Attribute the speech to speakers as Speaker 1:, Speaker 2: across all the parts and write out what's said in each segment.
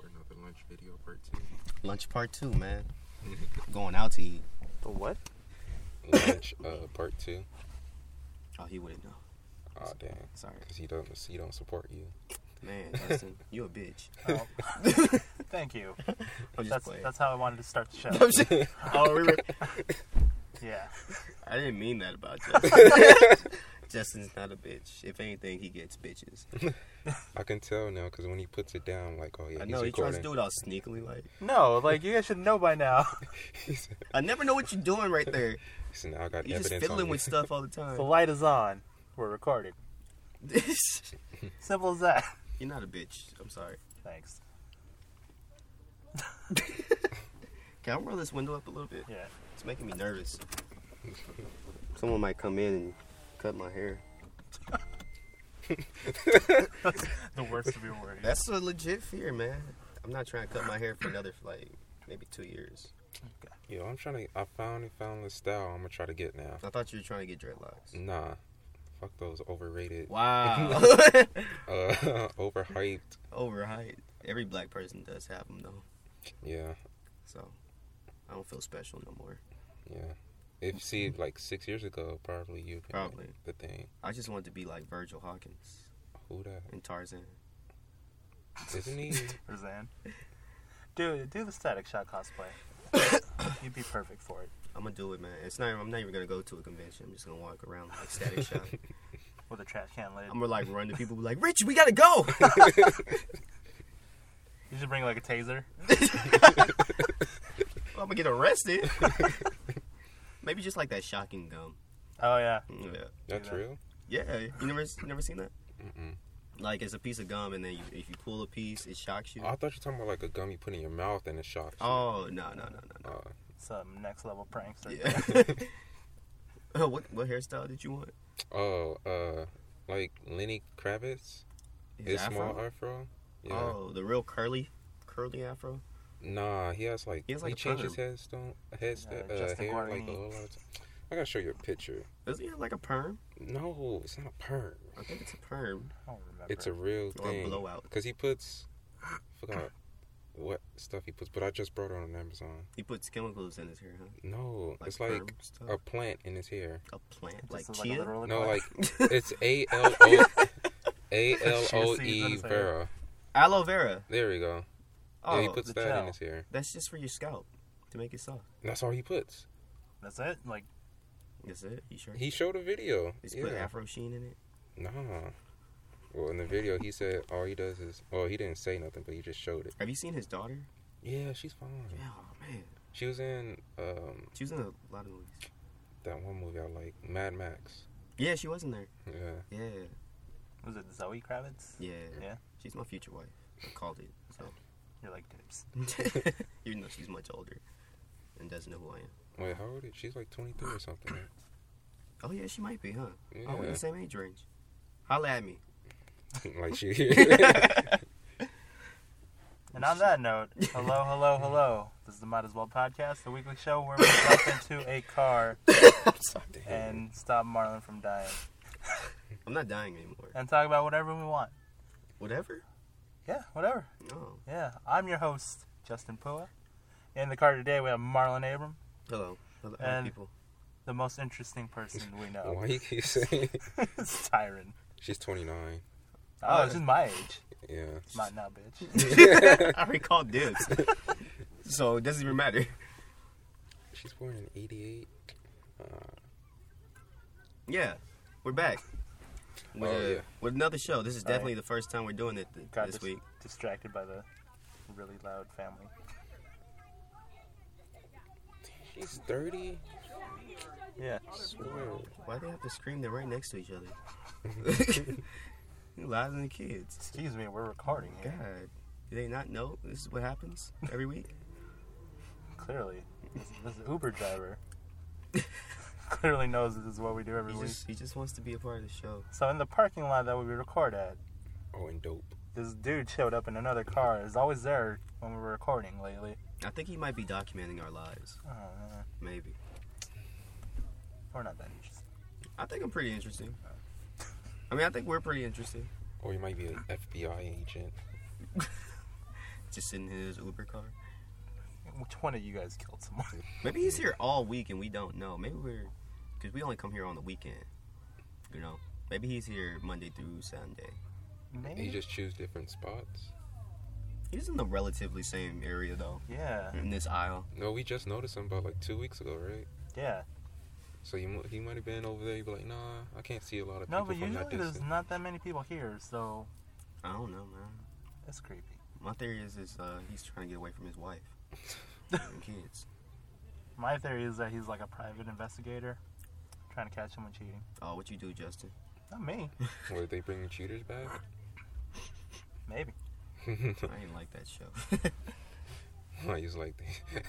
Speaker 1: Another lunch video part two.
Speaker 2: Lunch part two, man. Going out to eat.
Speaker 3: The what?
Speaker 1: Lunch uh, part two.
Speaker 2: Oh, he wouldn't know.
Speaker 1: Oh dang,
Speaker 2: Sorry,
Speaker 1: because he don't he don't support you.
Speaker 2: man. Dustin, you a bitch.
Speaker 3: Oh. Thank you.
Speaker 2: I'm just
Speaker 3: That's
Speaker 2: playing.
Speaker 3: that's how I wanted to start the show.
Speaker 2: I'm just- oh, we were-
Speaker 3: Yeah.
Speaker 2: I didn't mean that about Justin. Justin's not a bitch. If anything, he gets bitches.
Speaker 1: I can tell now because when he puts it down, like oh yeah,
Speaker 2: I
Speaker 1: he's
Speaker 2: know he tries to
Speaker 1: recording.
Speaker 2: do it all sneakily. Like
Speaker 3: No, like you guys should know by now.
Speaker 1: he said,
Speaker 2: I never know what you're doing right there.
Speaker 1: he said, now I got
Speaker 2: You're just
Speaker 1: evidence on
Speaker 2: fiddling
Speaker 1: you."
Speaker 2: with stuff all the
Speaker 3: The
Speaker 2: time.
Speaker 3: light is on. We're recording. Simple as that.
Speaker 2: you're not a bitch. I'm sorry.
Speaker 3: Thanks.
Speaker 2: Can I roll this window up a little bit?
Speaker 3: Yeah.
Speaker 2: It's making me nervous. Someone might come in and cut my hair.
Speaker 3: The worst of your worries.
Speaker 2: That's a legit fear, man. I'm not trying to cut my hair for another like maybe two years.
Speaker 1: Yo, I'm trying to. I finally found the style I'm gonna try to get now.
Speaker 2: I thought you were trying to get dreadlocks.
Speaker 1: Nah, fuck those overrated,
Speaker 2: Wow.
Speaker 1: uh, overhyped.
Speaker 2: Overhyped. Every black person does have them though,
Speaker 1: Yeah,
Speaker 2: so I don't feel special no more.
Speaker 1: yeah. If see like six years ago, probably you
Speaker 2: Mm-hmm. Probably.
Speaker 1: the thing.
Speaker 2: I just wanted to be like Virgil Hawkins
Speaker 1: Who that?
Speaker 2: and Tarzan.
Speaker 1: Isn't he?
Speaker 3: Roseanne. Dude, do the static shot cosplay. You'd be perfect for it.
Speaker 2: I'm gonna do it, man. It's not. I'm not even gonna go to a convention. I'm just gonna walk around like Static Shock.
Speaker 3: With a trash can lid.
Speaker 2: I'm gonna like run to people be like, Rich, we gotta go.
Speaker 3: You should bring like a taser.
Speaker 2: I'm gonna get arrested. Maybe just like that shocking gum.
Speaker 3: Oh yeah.
Speaker 2: Yeah.
Speaker 1: That's
Speaker 3: that.
Speaker 1: real.
Speaker 2: Yeah. You never you never seen that?
Speaker 1: Mm-mm.
Speaker 2: Like it's a piece of gum, and then you, if you pull a piece, it shocks you.
Speaker 1: Oh, I thought you were talking about like a gum you put in your mouth and it shocks. you.
Speaker 2: Oh no no no no
Speaker 1: Uh,
Speaker 3: Some next level pranks.
Speaker 2: no.
Speaker 3: right
Speaker 2: Yeah. Oh, what what hairstyle did you want?
Speaker 1: oh, uh, like Lenny Kravitz.
Speaker 2: His
Speaker 1: His small
Speaker 2: afro?
Speaker 1: afro. Yeah.
Speaker 2: Oh, the real curly curly afro.
Speaker 1: Nah, he has
Speaker 2: He
Speaker 1: like he,
Speaker 2: has, like, a
Speaker 1: changed his
Speaker 2: perm.
Speaker 1: headstone headstone
Speaker 3: Yeah,
Speaker 1: uh,
Speaker 3: Justin
Speaker 1: hair like
Speaker 3: Guarini.
Speaker 1: a whole lot of time. I gotta show you a picture.
Speaker 2: Doesn't he have like a perm?
Speaker 1: No, it's not a perm.
Speaker 2: I think it's a perm.
Speaker 3: I don't remember.
Speaker 1: It's a real
Speaker 2: Or a
Speaker 1: thing.
Speaker 2: blowout.
Speaker 1: Cause he puts, I forgot what stuff he puts, but I just brought it on Amazon.
Speaker 2: He puts chemicals in his hair, huh?
Speaker 1: No, it's
Speaker 2: perm
Speaker 1: like
Speaker 2: stuff.
Speaker 1: a plant in his hair.
Speaker 2: a plant
Speaker 3: Just
Speaker 2: like
Speaker 3: is,
Speaker 2: chia.
Speaker 3: literal
Speaker 1: No,
Speaker 3: equivalent.
Speaker 1: like it's A L O A L O
Speaker 3: seeds in
Speaker 1: E
Speaker 3: his hair.
Speaker 1: Vera.
Speaker 2: Aloe vera.
Speaker 1: There we go.
Speaker 2: Oh,
Speaker 1: yeah, he puts
Speaker 3: the
Speaker 1: that in
Speaker 3: gel.
Speaker 1: his hair.
Speaker 2: that's just for your scalp to make it soft.
Speaker 1: That's all he puts.
Speaker 3: That's it? Like
Speaker 2: That's it. You sure?
Speaker 1: He showed a video.
Speaker 2: Just
Speaker 1: yeah.
Speaker 2: put Afro Sheen in it.
Speaker 1: Nah. Well, in the video, he said all he does is. Well, he didn't say nothing, but he just showed it.
Speaker 2: Have you seen his daughter?
Speaker 1: Yeah, she's fine.
Speaker 2: Yeah, oh, man,
Speaker 1: She was in um
Speaker 2: she was in a lot of movies.
Speaker 1: that one movie I like, Mad Max.
Speaker 2: Yeah, she was in there.
Speaker 1: Yeah.
Speaker 2: Yeah,
Speaker 3: was it Zoe Kravitz?
Speaker 2: yeah.
Speaker 3: Yeah.
Speaker 2: She's my future wife. I called it. So,
Speaker 3: You're like dips.
Speaker 2: even though she's much older and doesn't know who I am.
Speaker 1: Wait, how old is she's like 23 or something? right?
Speaker 2: Oh yeah, she might be, huh?
Speaker 1: Yeah.
Speaker 2: Oh, we're in the same age range. Holla at me.
Speaker 1: like she.
Speaker 3: And on that note, hello, hello, hello. This is the Might As Well podcast, the weekly show where we jump into a car and stop Marlon from dying
Speaker 2: I'm not dying anymore.
Speaker 3: and talk about whatever we want.
Speaker 2: Whatever.
Speaker 3: Yeah, whatever.
Speaker 2: No.
Speaker 3: Yeah. I'm your host, Justin Pua. In the car today, we have Marlon Abram,
Speaker 2: Hello. Hello,
Speaker 3: And-
Speaker 2: people.
Speaker 3: the most interesting person we know.
Speaker 1: Why you keep saying
Speaker 3: it's Tyron.
Speaker 1: uh, she's 29?
Speaker 3: Oh, it's just my age.
Speaker 1: Yeah.
Speaker 3: Mine now, bitch.
Speaker 2: I recall dibs. so it doesn't even matter.
Speaker 1: She's born in 88.
Speaker 2: Yeah, we're back. With,
Speaker 1: Oh,
Speaker 2: uh,
Speaker 1: yeah.
Speaker 2: with another show. This is
Speaker 3: All
Speaker 2: definitely the first time we're doing it th-
Speaker 3: Got
Speaker 2: this
Speaker 3: dis-
Speaker 2: week.
Speaker 3: distracted by the really loud family.
Speaker 1: She's 30.
Speaker 3: Yeah.
Speaker 1: Swear.
Speaker 2: Why they have to scream? They're right next to each other. you louder than the kids.
Speaker 3: Excuse me, we're recording
Speaker 2: God,
Speaker 3: here.
Speaker 2: do they not know this is what happens every week?
Speaker 3: Clearly, this, this Uber driver clearly knows this is what we do every
Speaker 2: He
Speaker 3: week.
Speaker 2: just he just wants to be a part of the show.
Speaker 3: So in the parking lot that we record at,
Speaker 1: Oh, and dope.
Speaker 3: this dude showed up in another car. Is always there when we were recording lately.
Speaker 2: I think he might be documenting our lives.
Speaker 3: Oh man,
Speaker 2: Maybe.
Speaker 3: we're not that interesting.
Speaker 2: I think I'm pretty interesting. I mean, I think we're pretty interesting.
Speaker 1: Or you might be an FBI agent.
Speaker 2: Just in his Uber car.
Speaker 3: Which one of you guys killed someone?
Speaker 2: Maybe he's here all week and we don't know. Maybe we're because we only come here on the weekend. You know. Maybe he's here Monday through Sunday.
Speaker 1: You
Speaker 3: Maybe.
Speaker 1: just choose different spots.
Speaker 2: He's in the relatively same area though.
Speaker 3: Yeah,
Speaker 2: In this aisle.
Speaker 1: No, we just noticed him about like two weeks ago, right?
Speaker 3: yeah.
Speaker 1: So you, mu- he might have been over there. You'd be like, nah, I can't see a lot of
Speaker 3: No,
Speaker 1: people
Speaker 3: but
Speaker 1: from that
Speaker 3: usually
Speaker 1: distance.
Speaker 3: there's not that many people here, so
Speaker 2: I don't know, man.
Speaker 3: it's creepy.
Speaker 2: My theory is is uh, he's trying to get away from his wife and kids.
Speaker 3: My theory is that he's like a private investigator, trying to catch someone cheating.
Speaker 2: Oh, what you do, Justin?
Speaker 3: Not me.
Speaker 1: Were they bringing cheaters back?
Speaker 3: Maybe.
Speaker 2: I didn't like that show.
Speaker 1: I was like,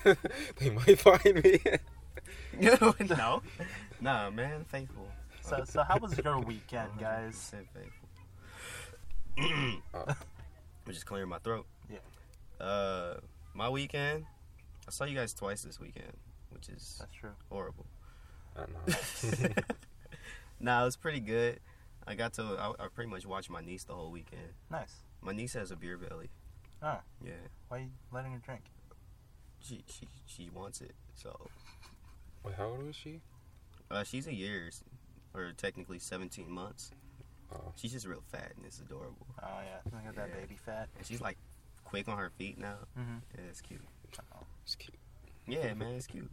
Speaker 1: they, they might find me.
Speaker 2: no, nah, man, faithful.
Speaker 3: So, so how was your weekend,
Speaker 2: 100%
Speaker 3: guys?
Speaker 2: faithful.
Speaker 1: Uh,
Speaker 2: I'm just clearing my throat.
Speaker 3: Yeah.
Speaker 2: Uh, my weekend. I saw you guys twice this weekend, which is
Speaker 3: That's true.
Speaker 2: horrible.
Speaker 1: I know.
Speaker 2: nah, it was pretty good. I got to. I, I pretty much watched my niece the whole weekend.
Speaker 3: Nice.
Speaker 2: My niece has a beer belly.
Speaker 3: Oh.
Speaker 2: Yeah.
Speaker 3: Why you letting her drink?
Speaker 2: She she she wants it. So
Speaker 1: Wait, how old was she?
Speaker 2: uh, she's a year, or technically 17 months.
Speaker 1: Oh.
Speaker 2: She's just real fat and it's adorable.
Speaker 3: Oh yeah, I got that
Speaker 2: Yeah. Mm-hmm.
Speaker 3: baby fat.
Speaker 2: And she's like quick on her feet now.
Speaker 3: Mhm.
Speaker 2: Yeah, it's cute.
Speaker 1: It's cute.
Speaker 2: Yeah, man, it's cute.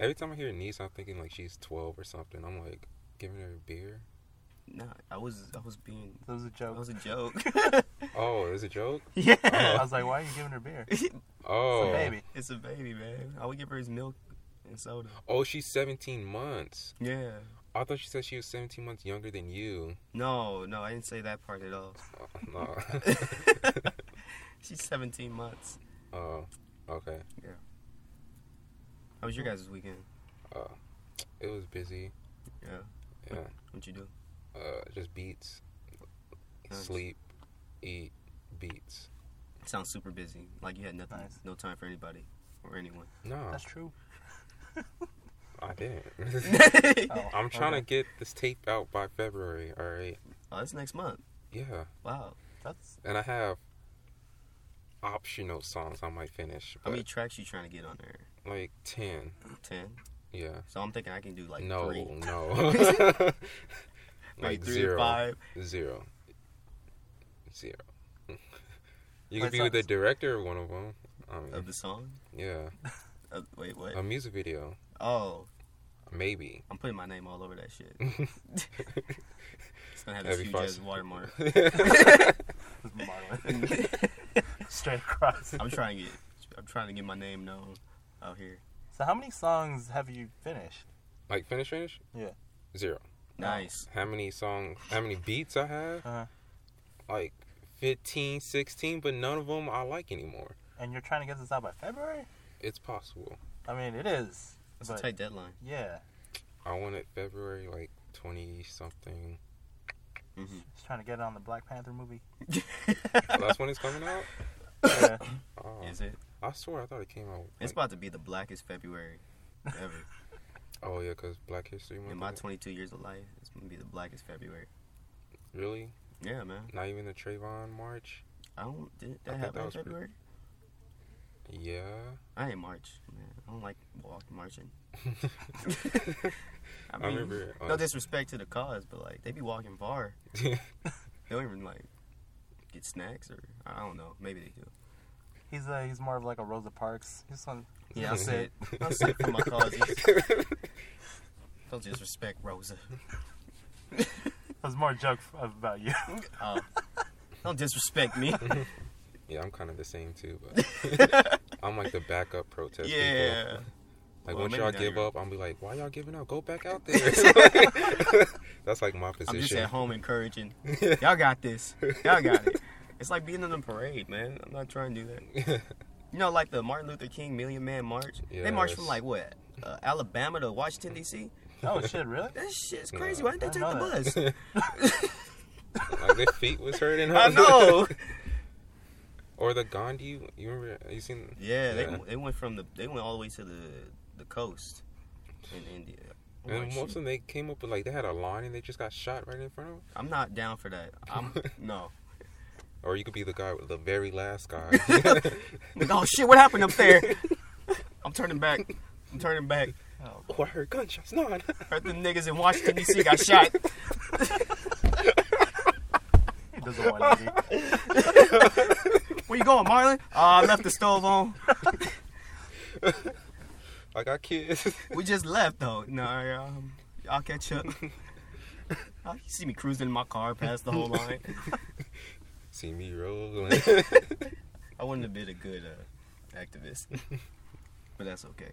Speaker 1: Every time I hear niece, I'm thinking like she's 12 or something. I'm like, giving her a beer?
Speaker 2: Nah, I was I was being
Speaker 3: That was a
Speaker 2: that
Speaker 3: joke.
Speaker 2: was a joke.
Speaker 1: Oh, it's a joke?
Speaker 2: yeah,
Speaker 3: I was like, why are you giving her beer? It's
Speaker 1: Oh.
Speaker 3: a baby.
Speaker 2: it's a baby, man. I would give her his milk and soda.
Speaker 1: Oh, she's 17 months.
Speaker 2: Yeah.
Speaker 1: I thought she said she was 17 months younger than you.
Speaker 2: No, no, I didn't say that part at all.
Speaker 1: Oh, no.
Speaker 2: She's 17 months.
Speaker 1: oh, okay.
Speaker 2: How was your guys' weekend?
Speaker 1: Uh, it was busy.
Speaker 2: Yeah.
Speaker 1: Yeah.
Speaker 2: What you do?
Speaker 1: Uh, just beats,
Speaker 2: Nice.
Speaker 1: sleep, eat, beats.
Speaker 2: sounds super busy. Like you had nothing,
Speaker 3: Nice.
Speaker 2: no time for anybody or anyone.
Speaker 1: No,
Speaker 3: That's true.
Speaker 1: I didn't.
Speaker 3: Oh,
Speaker 1: I'm trying
Speaker 3: okay.
Speaker 1: to get this tape out by February. All right.
Speaker 2: oh, that's next month.
Speaker 1: Yeah,
Speaker 2: Wow.
Speaker 3: That's
Speaker 1: and I have optional songs I might finish,
Speaker 2: How
Speaker 1: but
Speaker 2: many tracks you trying to get on there?
Speaker 1: like ten.
Speaker 2: Ten.
Speaker 1: Yeah.
Speaker 2: So I'm thinking I can do like
Speaker 1: no,
Speaker 2: three.
Speaker 1: no.
Speaker 2: Maybe
Speaker 1: like
Speaker 2: three
Speaker 1: zero.
Speaker 2: or five.
Speaker 1: Zero. Zero. you
Speaker 3: Wait,
Speaker 1: could be
Speaker 3: so-
Speaker 1: with the director of one of them. I mean,
Speaker 2: of the song.
Speaker 1: yeah,
Speaker 2: Uh, wait, what?
Speaker 1: a music video,
Speaker 2: oh,
Speaker 1: maybe.
Speaker 2: I'm putting my name all over that shit. It's gonna have this
Speaker 1: Every
Speaker 2: huge
Speaker 1: five
Speaker 2: ass
Speaker 1: sec-
Speaker 2: watermark.
Speaker 3: that's Marlon. Straight across.
Speaker 2: I'm trying to get, I'm trying to get my name known out here.
Speaker 3: So how many songs have you finished?
Speaker 1: like finish, finish.
Speaker 3: Yeah.
Speaker 1: Zero.
Speaker 2: Nice.
Speaker 1: How many songs? How many beats I have?
Speaker 3: Uh-huh.
Speaker 1: Like 15, 16, but none of them I like anymore.
Speaker 3: And you're trying to get this out by February?
Speaker 1: It's possible.
Speaker 3: I mean, it is.
Speaker 2: That's
Speaker 3: But
Speaker 2: a tight deadline.
Speaker 3: yeah,
Speaker 1: I want it February like twenty something.
Speaker 2: Mm-hmm.
Speaker 3: just trying to get it on the Black Panther movie.
Speaker 1: That's when it's coming out.
Speaker 3: Yeah.
Speaker 1: Oh,
Speaker 2: Is it?
Speaker 1: I swear I thought it came out.
Speaker 2: It's
Speaker 1: like-
Speaker 2: about to be the blackest February ever.
Speaker 1: oh yeah, cause Black History Month.
Speaker 2: In my
Speaker 1: is it?
Speaker 2: 22 years of life, it's gonna be the blackest February.
Speaker 1: really?
Speaker 2: Yeah, man.
Speaker 1: Not even the Trayvon March.
Speaker 2: I don't. Did
Speaker 1: I
Speaker 2: that
Speaker 1: thought
Speaker 2: happen
Speaker 1: that
Speaker 2: in
Speaker 1: was pretty-
Speaker 2: February?
Speaker 1: Yeah.
Speaker 2: I ain't March, man. I don't like walk marching. I
Speaker 1: I
Speaker 2: mean,
Speaker 1: remember,
Speaker 2: no
Speaker 1: uh,
Speaker 2: disrespect to the cause, but like they be walking far. They don't even like get snacks or I don't know. Maybe they do.
Speaker 3: He's a, he's more of like a Rosa Parks. He's on.
Speaker 2: Yeah, I'll sit. I'll sit for my causes. Don't disrespect Rosa.
Speaker 3: It was more a joke f- about you.
Speaker 2: Oh, don't disrespect me.
Speaker 1: yeah, I'm kind of the same too, but I'm like the backup protest. people.
Speaker 2: yeah.
Speaker 1: Like
Speaker 2: Well,
Speaker 1: once
Speaker 2: maybe
Speaker 1: y'all
Speaker 2: now
Speaker 1: give
Speaker 2: you're-
Speaker 1: up, I'm be like, why y'all giving up? Go back out there. That's like my
Speaker 2: I'm just
Speaker 1: position.
Speaker 2: at home encouraging. Y'all got this. Y'all got it. It's like being in a parade, man. I'm not trying to do that. You know, like the Martin Luther King Million Man March. They marched from
Speaker 1: Yes.
Speaker 2: like what? Uh, Alabama to Washington D.C.
Speaker 3: Oh shit, really?
Speaker 2: That shit's crazy. Why didn't
Speaker 3: I
Speaker 2: they take the
Speaker 3: know
Speaker 2: bus?
Speaker 1: Like their feet was hurting.
Speaker 2: I know.
Speaker 1: or the Gandhi. You remember? You seen?
Speaker 2: Yeah, they they went from the they went all the way to the the coast in India. I'm
Speaker 1: And
Speaker 2: like,
Speaker 1: most of
Speaker 2: shoot,
Speaker 1: them, they came up with like they had a line and they just got shot right in front of them.
Speaker 2: I'm not down for that. I'm no.
Speaker 1: Or you could be the guy, with the very last guy.
Speaker 2: Like, oh shit, what happened up there? I'm turning back. I'm turning back.
Speaker 3: Oh,
Speaker 1: oh, I heard gunshots. No, I-
Speaker 2: Heard them niggas in Washington D.C. got shot.
Speaker 3: he does a 180.
Speaker 2: Where you going, Marlon? Uh, I left the stove on.
Speaker 1: I got kids.
Speaker 2: We just left though. No, I, um, I'll catch up. Uh, You see me cruising in my car past the whole line.
Speaker 1: See me rolling.
Speaker 2: I wouldn't have been a good uh, activist, but that's okay.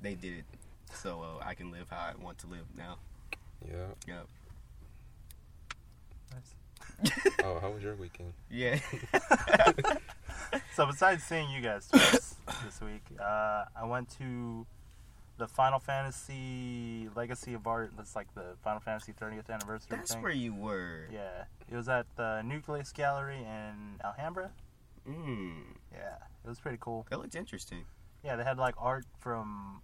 Speaker 2: They did it, so uh, I can live how I want to live now.
Speaker 1: yeah.
Speaker 2: Yep.
Speaker 3: Nice.
Speaker 1: Oh, how was your weekend?
Speaker 2: Yeah.
Speaker 3: So besides seeing you guys twice this week, uh, I went to the Final Fantasy Legacy of Art. That's like the Final Fantasy 30th anniversary
Speaker 2: That's
Speaker 3: thing.
Speaker 2: where you were.
Speaker 3: yeah, it was at the Nucleus Gallery in Alhambra.
Speaker 2: Mm,
Speaker 3: Yeah, it was pretty cool.
Speaker 2: that looked interesting.
Speaker 3: Yeah, they had like art from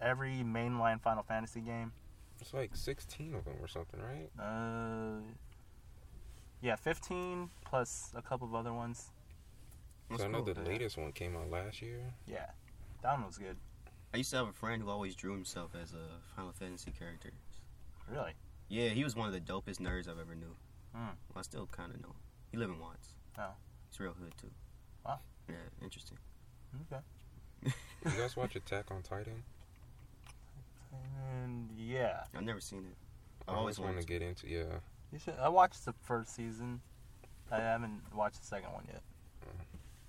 Speaker 3: every mainline Final Fantasy game.
Speaker 1: It's like 16 of them or something, right?
Speaker 3: Uh, yeah, 15 plus a couple of other ones.
Speaker 1: So
Speaker 2: That's
Speaker 1: I know
Speaker 2: cool.
Speaker 1: the latest one came out last year.
Speaker 3: Yeah, that one was good.
Speaker 2: I used to have a friend who always drew himself as a Final Fantasy character.
Speaker 3: Really?
Speaker 2: Yeah, he was one of the dopest nerds I've ever knew.
Speaker 3: Mm.
Speaker 2: Well, I still kind of know. him. He live in Watts.
Speaker 3: Oh.
Speaker 2: He's real hood too.
Speaker 3: Wow.
Speaker 2: Yeah, interesting.
Speaker 3: Okay.
Speaker 1: You guys watch Attack on Titan?
Speaker 3: And yeah,
Speaker 2: I've never seen it. I
Speaker 1: I
Speaker 2: always
Speaker 1: always want
Speaker 2: wanted
Speaker 1: to get into. Yeah.
Speaker 3: you should. I watched the first season. I haven't watched the second one yet.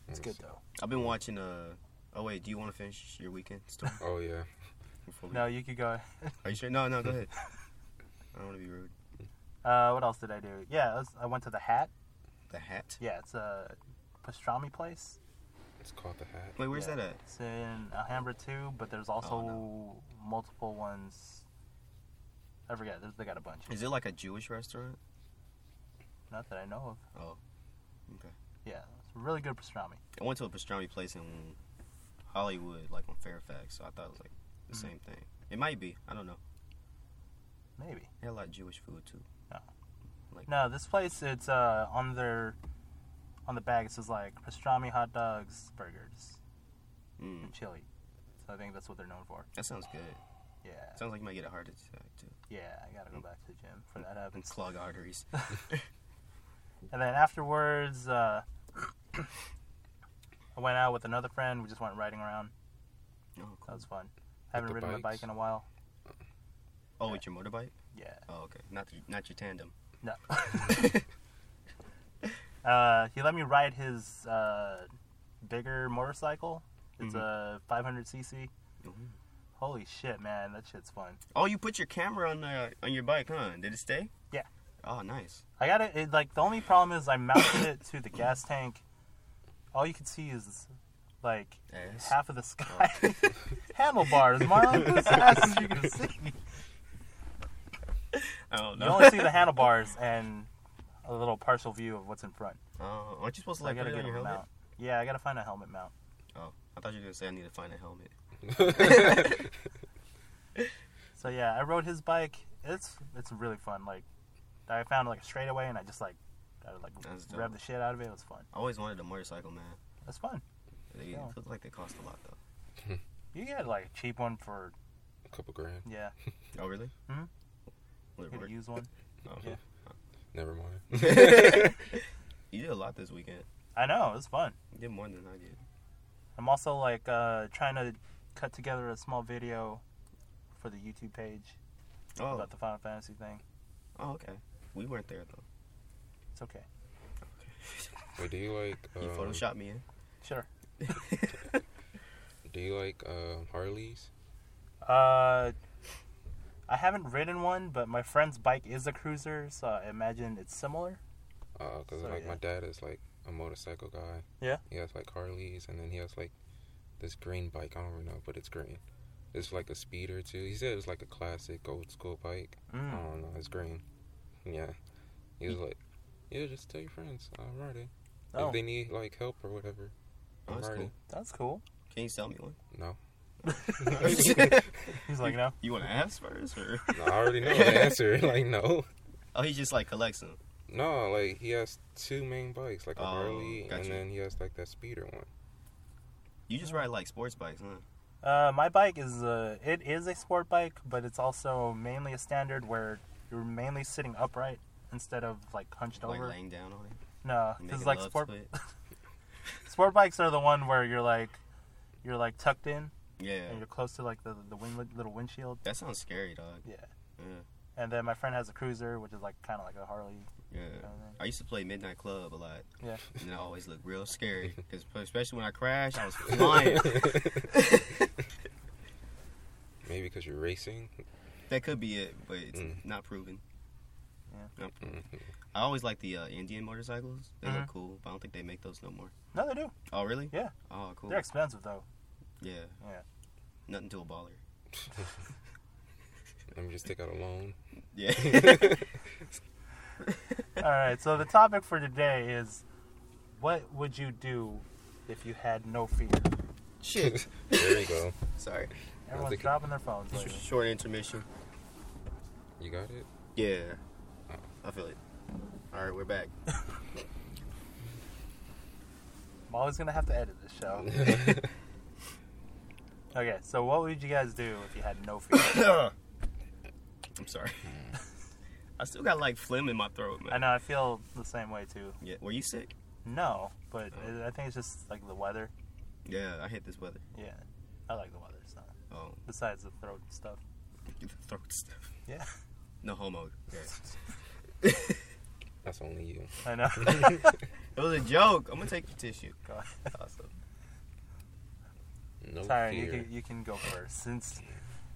Speaker 3: It's good though.
Speaker 2: I've been watching. Uh, oh wait, do you want to finish your weekend story?
Speaker 1: Oh yeah.
Speaker 2: Before we...
Speaker 3: No, you could go. ahead.
Speaker 2: Are you sure? No, no, go ahead. I don't want to be rude.
Speaker 3: Uh, what else did I do? Yeah, I, was, I went to the Hat.
Speaker 2: The hat.
Speaker 3: Yeah, it's a pastrami place.
Speaker 1: It's called the hat.
Speaker 2: Wait, where's
Speaker 3: Yeah.
Speaker 2: that at? Oh,
Speaker 3: It's in Alhambra too, but there's also multiple ones. I forget. there's- They got a bunch.
Speaker 2: Is it like a Jewish restaurant?
Speaker 3: Not that I know of.
Speaker 2: Oh, okay.
Speaker 3: Yeah, it's really good pastrami.
Speaker 2: I went to a pastrami place in Hollywood, like on Fairfax. So I thought it was like the
Speaker 3: Mhm.
Speaker 2: same thing. It might be. I don't know.
Speaker 3: Maybe.
Speaker 2: They had a lot of Jewish food too.
Speaker 3: No, this place it's uh, on their on the bag. It says like pastrami, hot dogs, burgers,
Speaker 2: Mm,
Speaker 3: and chili. So I think that's what they're known for.
Speaker 2: that sounds good.
Speaker 3: Yeah.
Speaker 2: Sounds like you might get a heart attack too.
Speaker 3: Yeah. I
Speaker 1: Mm.
Speaker 3: gotta go back to the gym for that
Speaker 2: And
Speaker 3: happens.
Speaker 2: clog arteries.
Speaker 3: Oh,
Speaker 2: Oh,
Speaker 3: And then afterwards, uh, I went out with another friend. We just went riding around.
Speaker 2: Oh,
Speaker 3: That
Speaker 2: cool.
Speaker 3: was fun. I haven't
Speaker 1: the
Speaker 3: ridden my
Speaker 1: bikes?
Speaker 3: bike in a while.
Speaker 2: oh with your motorbike?
Speaker 3: Yeah.
Speaker 2: Oh, okay. Not the, not your tandem.
Speaker 3: No. uh, he let me ride his uh, bigger motorcycle. It's
Speaker 1: Mm-hmm.
Speaker 3: a 500cc.
Speaker 2: Mhm.
Speaker 3: Holy shit, man. That shit's fun.
Speaker 2: Oh, you put your camera on the on your bike, huh? Did it stay?
Speaker 3: Yeah.
Speaker 2: Oh, nice.
Speaker 3: I got it, it. Like, the only problem is I mounted it to the gas tank. All you can see is, like,
Speaker 2: Ass.
Speaker 3: half of the
Speaker 2: Oh.
Speaker 3: sky. Handlebars, Marlon. As fast as you can see.
Speaker 2: Oh
Speaker 3: You
Speaker 2: no.
Speaker 3: only see the handlebars and a little partial view of what's in front.
Speaker 2: oh, aren't you supposed to
Speaker 3: So I
Speaker 2: like put
Speaker 3: gotta
Speaker 2: it
Speaker 3: get
Speaker 2: on
Speaker 3: a
Speaker 2: your helmet?
Speaker 3: mount. Yeah, I gotta find a helmet mount.
Speaker 2: Oh, I thought you were gonna say I need to find a helmet.
Speaker 3: So yeah, I rode his bike. It's it's really fun. Like I found like a straightaway, and I just like I like
Speaker 2: That's dope.
Speaker 3: grabbed the shit out of it. It was fun.
Speaker 2: I always wanted a motorcycle, man.
Speaker 3: It was fun.
Speaker 2: They
Speaker 3: Yeah.
Speaker 2: look like they cost a lot though.
Speaker 3: You get like a cheap one for
Speaker 1: A couple grand.
Speaker 3: yeah,
Speaker 2: Oh really?
Speaker 3: Mhm.
Speaker 2: Will it
Speaker 3: you get
Speaker 2: work?
Speaker 3: a used one.
Speaker 2: Oh,
Speaker 3: yeah.
Speaker 1: Never mind.
Speaker 2: You did a lot this weekend.
Speaker 3: I know it was fun.
Speaker 2: You did more than I did.
Speaker 3: I'm also like uh, trying to cut together a small video for the YouTube page
Speaker 2: Oh,
Speaker 3: about the Final Fantasy thing.
Speaker 2: oh okay. We weren't there though.
Speaker 3: It's okay.
Speaker 1: Wait, do you like?
Speaker 2: You
Speaker 1: Um,
Speaker 2: photoshopped me in.
Speaker 3: Sure.
Speaker 1: do you like um, Harleys?
Speaker 3: Uh, I haven't ridden one, but my friend's bike is a cruiser, so I imagine it's similar.
Speaker 1: Uh 'cause
Speaker 3: So,
Speaker 1: like
Speaker 3: yeah.
Speaker 1: my dad is like a motorcycle guy.
Speaker 3: Yeah?
Speaker 1: He has like Harleys, and then he has like this green bike. I don't really know, but it's green. It's like a speeder too. He said it was like a classic old school bike.
Speaker 2: Oh,
Speaker 3: Mm.
Speaker 1: I don't know. It's green. Yeah. He was like, Yeah, just tell your friends. I'm riding. If they need like help or whatever,
Speaker 2: Oh,
Speaker 1: I'm
Speaker 2: that's
Speaker 1: riding.
Speaker 3: Oh, that's cool.
Speaker 2: Can you sell me one?
Speaker 1: No,
Speaker 3: He's like, no.
Speaker 2: You want to ask first, or
Speaker 1: no, I already know the answer. Like no,
Speaker 2: oh, he just like collects them.
Speaker 1: no, like he has two main bikes, like a
Speaker 2: Oh,
Speaker 1: Harley, and
Speaker 2: gotcha.
Speaker 1: then he has like that speeder one.
Speaker 2: You just ride like sports bikes, huh?
Speaker 3: Uh, my bike is a, it is a sport bike, but it's also mainly a standard where you're mainly sitting upright instead of like hunched
Speaker 2: Like
Speaker 3: over.
Speaker 2: laying down on it.
Speaker 3: No,
Speaker 2: and
Speaker 3: because
Speaker 2: making
Speaker 3: like
Speaker 2: love
Speaker 3: sport
Speaker 2: to it.
Speaker 3: sport bikes are the one where you're like you're like tucked in
Speaker 2: Yeah,
Speaker 3: and you're close to like the the wind, little windshield.
Speaker 2: that sounds scary, dog.
Speaker 3: Yeah.
Speaker 2: Yeah,
Speaker 3: And then my friend has a cruiser, which is like kind of like a Harley.
Speaker 2: yeah.
Speaker 3: kind of thing.
Speaker 2: I used to play Midnight Club a lot.
Speaker 3: Yeah.
Speaker 2: And I always looked real scary, cause especially when I crashed, I was flying.
Speaker 1: Maybe because you're racing.
Speaker 2: that could be it, but it's
Speaker 1: Mm.
Speaker 2: not proven.
Speaker 3: Yeah.
Speaker 2: Not proven.
Speaker 1: Mhm.
Speaker 2: I always like the uh, Indian motorcycles. They
Speaker 3: Mhm.
Speaker 2: look cool, but I don't think they make those no more.
Speaker 3: No, they do.
Speaker 2: Oh, really?
Speaker 3: Yeah.
Speaker 2: Oh, cool.
Speaker 3: They're expensive though.
Speaker 2: Yeah.
Speaker 3: Yeah.
Speaker 2: Nothing to a baller.
Speaker 1: Let me just take out a loan.
Speaker 2: Yeah.
Speaker 3: All right. So the topic for today is, what would you do if you had no fear?
Speaker 2: Shit.
Speaker 1: there you go.
Speaker 2: Sorry.
Speaker 3: Everyone's
Speaker 1: thinking-
Speaker 3: dropping their phones.
Speaker 2: Just
Speaker 3: lately.
Speaker 2: a short intermission.
Speaker 1: You got it.
Speaker 2: Yeah. I feel it. All right, we're back.
Speaker 3: I'm always gonna have to edit this show. Okay. So what would you guys do if you had no fear?
Speaker 2: I'm sorry. I still got like phlegm in my throat, man.
Speaker 3: Hmm. I know. I feel the same way too.
Speaker 2: Yeah. Were you sick?
Speaker 3: No, but
Speaker 1: Oh.
Speaker 3: it, I think it's just like the weather.
Speaker 2: Yeah, I hate this weather.
Speaker 3: Yeah. I like the weather. So
Speaker 2: Oh,
Speaker 3: besides the throat stuff.
Speaker 2: get the throat stuff.
Speaker 3: Yeah.
Speaker 2: No homo. Yeah.
Speaker 1: That's only you.
Speaker 3: I know.
Speaker 2: It was a joke. I'm gonna take your tissue.
Speaker 3: Go ahead.
Speaker 2: Awesome.
Speaker 1: No
Speaker 3: Sorry, you
Speaker 1: fear.
Speaker 3: can, you can go first. Since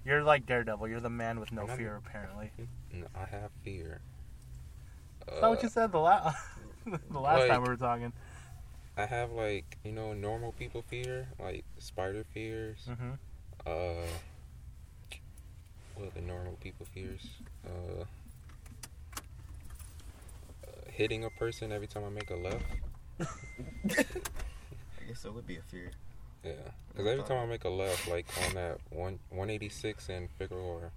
Speaker 3: you're like Daredevil, you're the man with no fear, apparently.
Speaker 1: No, I have fear.
Speaker 3: Is that what you said the last the last
Speaker 1: Uh, Like-
Speaker 3: time we were talking?
Speaker 1: I have like you know normal people fear, like spider fears.
Speaker 3: Mm-hmm.
Speaker 1: Uh, what are the normal people fears? Uh, uh, hitting a person every time I make a left.
Speaker 2: I guess that would be a fear.
Speaker 1: Yeah, because every time I make a left, like on that one one eighty six in Figueroa,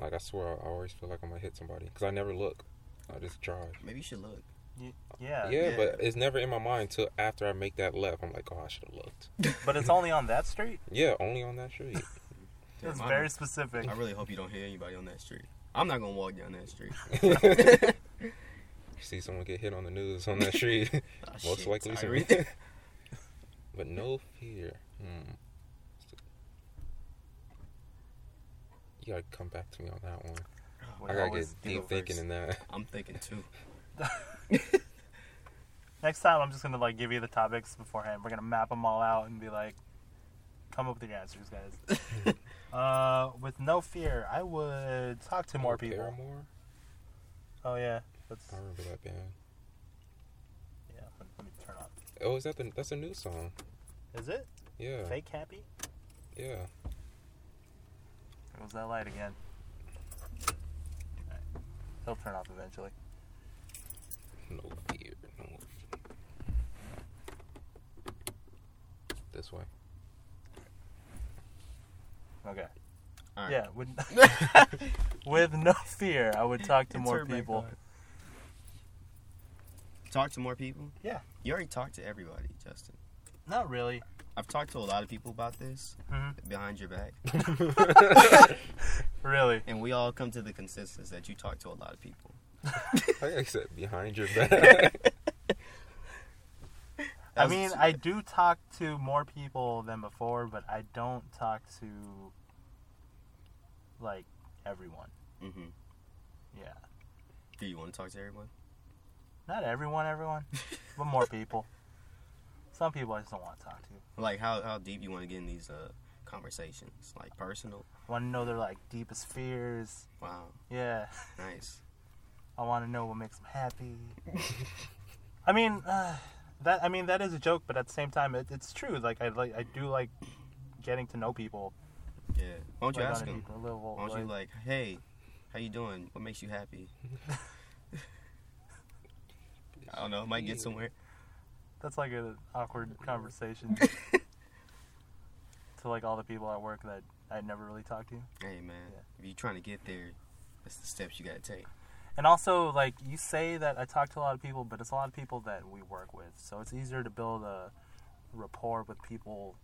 Speaker 1: like I swear I always feel like I'm gonna hit somebody because I never look. I just drive.
Speaker 2: Maybe you should look.
Speaker 3: Yeah.
Speaker 1: yeah,
Speaker 2: yeah.
Speaker 1: but it's never in my mind till after I make that left. I'm like, oh, I should have looked.
Speaker 3: But it's only on that street?
Speaker 1: Yeah, only on that street.
Speaker 2: Damn,
Speaker 3: it's
Speaker 2: I'm-
Speaker 3: very specific.
Speaker 2: I really hope you don't hear anybody on that street. I'm not gonna walk down that street.
Speaker 1: See someone get hit on the news on that street.
Speaker 2: Ah,
Speaker 1: Most
Speaker 2: shit,
Speaker 1: likely
Speaker 2: Tyree.
Speaker 1: some- but no fear. Hmm. You gotta come back to me on that one.
Speaker 3: We
Speaker 1: I gotta
Speaker 3: always
Speaker 1: get
Speaker 2: do
Speaker 1: deep
Speaker 2: it
Speaker 1: thinking
Speaker 2: first.
Speaker 1: in that.
Speaker 2: I'm thinking too.
Speaker 3: Next time, I'm just going to like give you the topics beforehand. We're going to map them all out and be like, come up with your answers, guys. uh, with no fear, I would talk to more people.
Speaker 1: Paramore?
Speaker 3: Oh, yeah. That's,
Speaker 1: I remember that band.
Speaker 3: yeah. Let, let me turn off.
Speaker 1: Oh, is that the? That's a new song.
Speaker 3: Is it?
Speaker 1: Yeah.
Speaker 3: Fake happy?
Speaker 1: Yeah.
Speaker 3: It was that light again. Alright. He'll turn off eventually.
Speaker 1: No fear. No. fear. This way.
Speaker 3: Okay.
Speaker 2: All right.
Speaker 3: Yeah. With, with no fear, I would talk to
Speaker 2: It's
Speaker 3: more
Speaker 2: her back
Speaker 3: people.
Speaker 2: on. Talk to more people.
Speaker 3: Yeah.
Speaker 2: You already talked to everybody, Justin.
Speaker 3: Not really.
Speaker 2: I've talked to a lot of people about this
Speaker 3: Mhm.
Speaker 2: behind your back,
Speaker 3: Really.
Speaker 2: and we all come to the consensus that you talk to a lot of people.
Speaker 1: I said behind your back.
Speaker 3: I
Speaker 2: That was-
Speaker 3: mean, I do talk to more people than before, but I don't talk to like everyone.
Speaker 2: Mhm.
Speaker 3: Yeah.
Speaker 2: Do you want to talk to everyone?
Speaker 3: Not everyone, everyone, but more people. Some people I just don't want to talk to.
Speaker 2: Like how how deep you want to get in these uh conversations? Like personal?
Speaker 3: want to know their like deepest fears.
Speaker 2: Wow,
Speaker 3: Yeah.
Speaker 2: nice.
Speaker 3: I want to know what makes them happy. I mean, uh, that I mean that is a joke, but at the same time, it, it's true. Like I like I do like getting to know people.
Speaker 2: Yeah. Why don't you
Speaker 3: like,
Speaker 2: ask
Speaker 3: on a
Speaker 2: them?
Speaker 3: deeper level.
Speaker 2: Why don't you like, hey, how you doing? What makes you happy? I don't know. Might get somewhere.
Speaker 3: That's like an awkward conversation to like all the people at work that I never really talk to.
Speaker 2: Hey man, if you're trying to get there, that's the steps you gotta take.
Speaker 3: And also, like you say that I talk to a lot of people, but it's a lot of people that we work with, so it's easier to build a rapport with people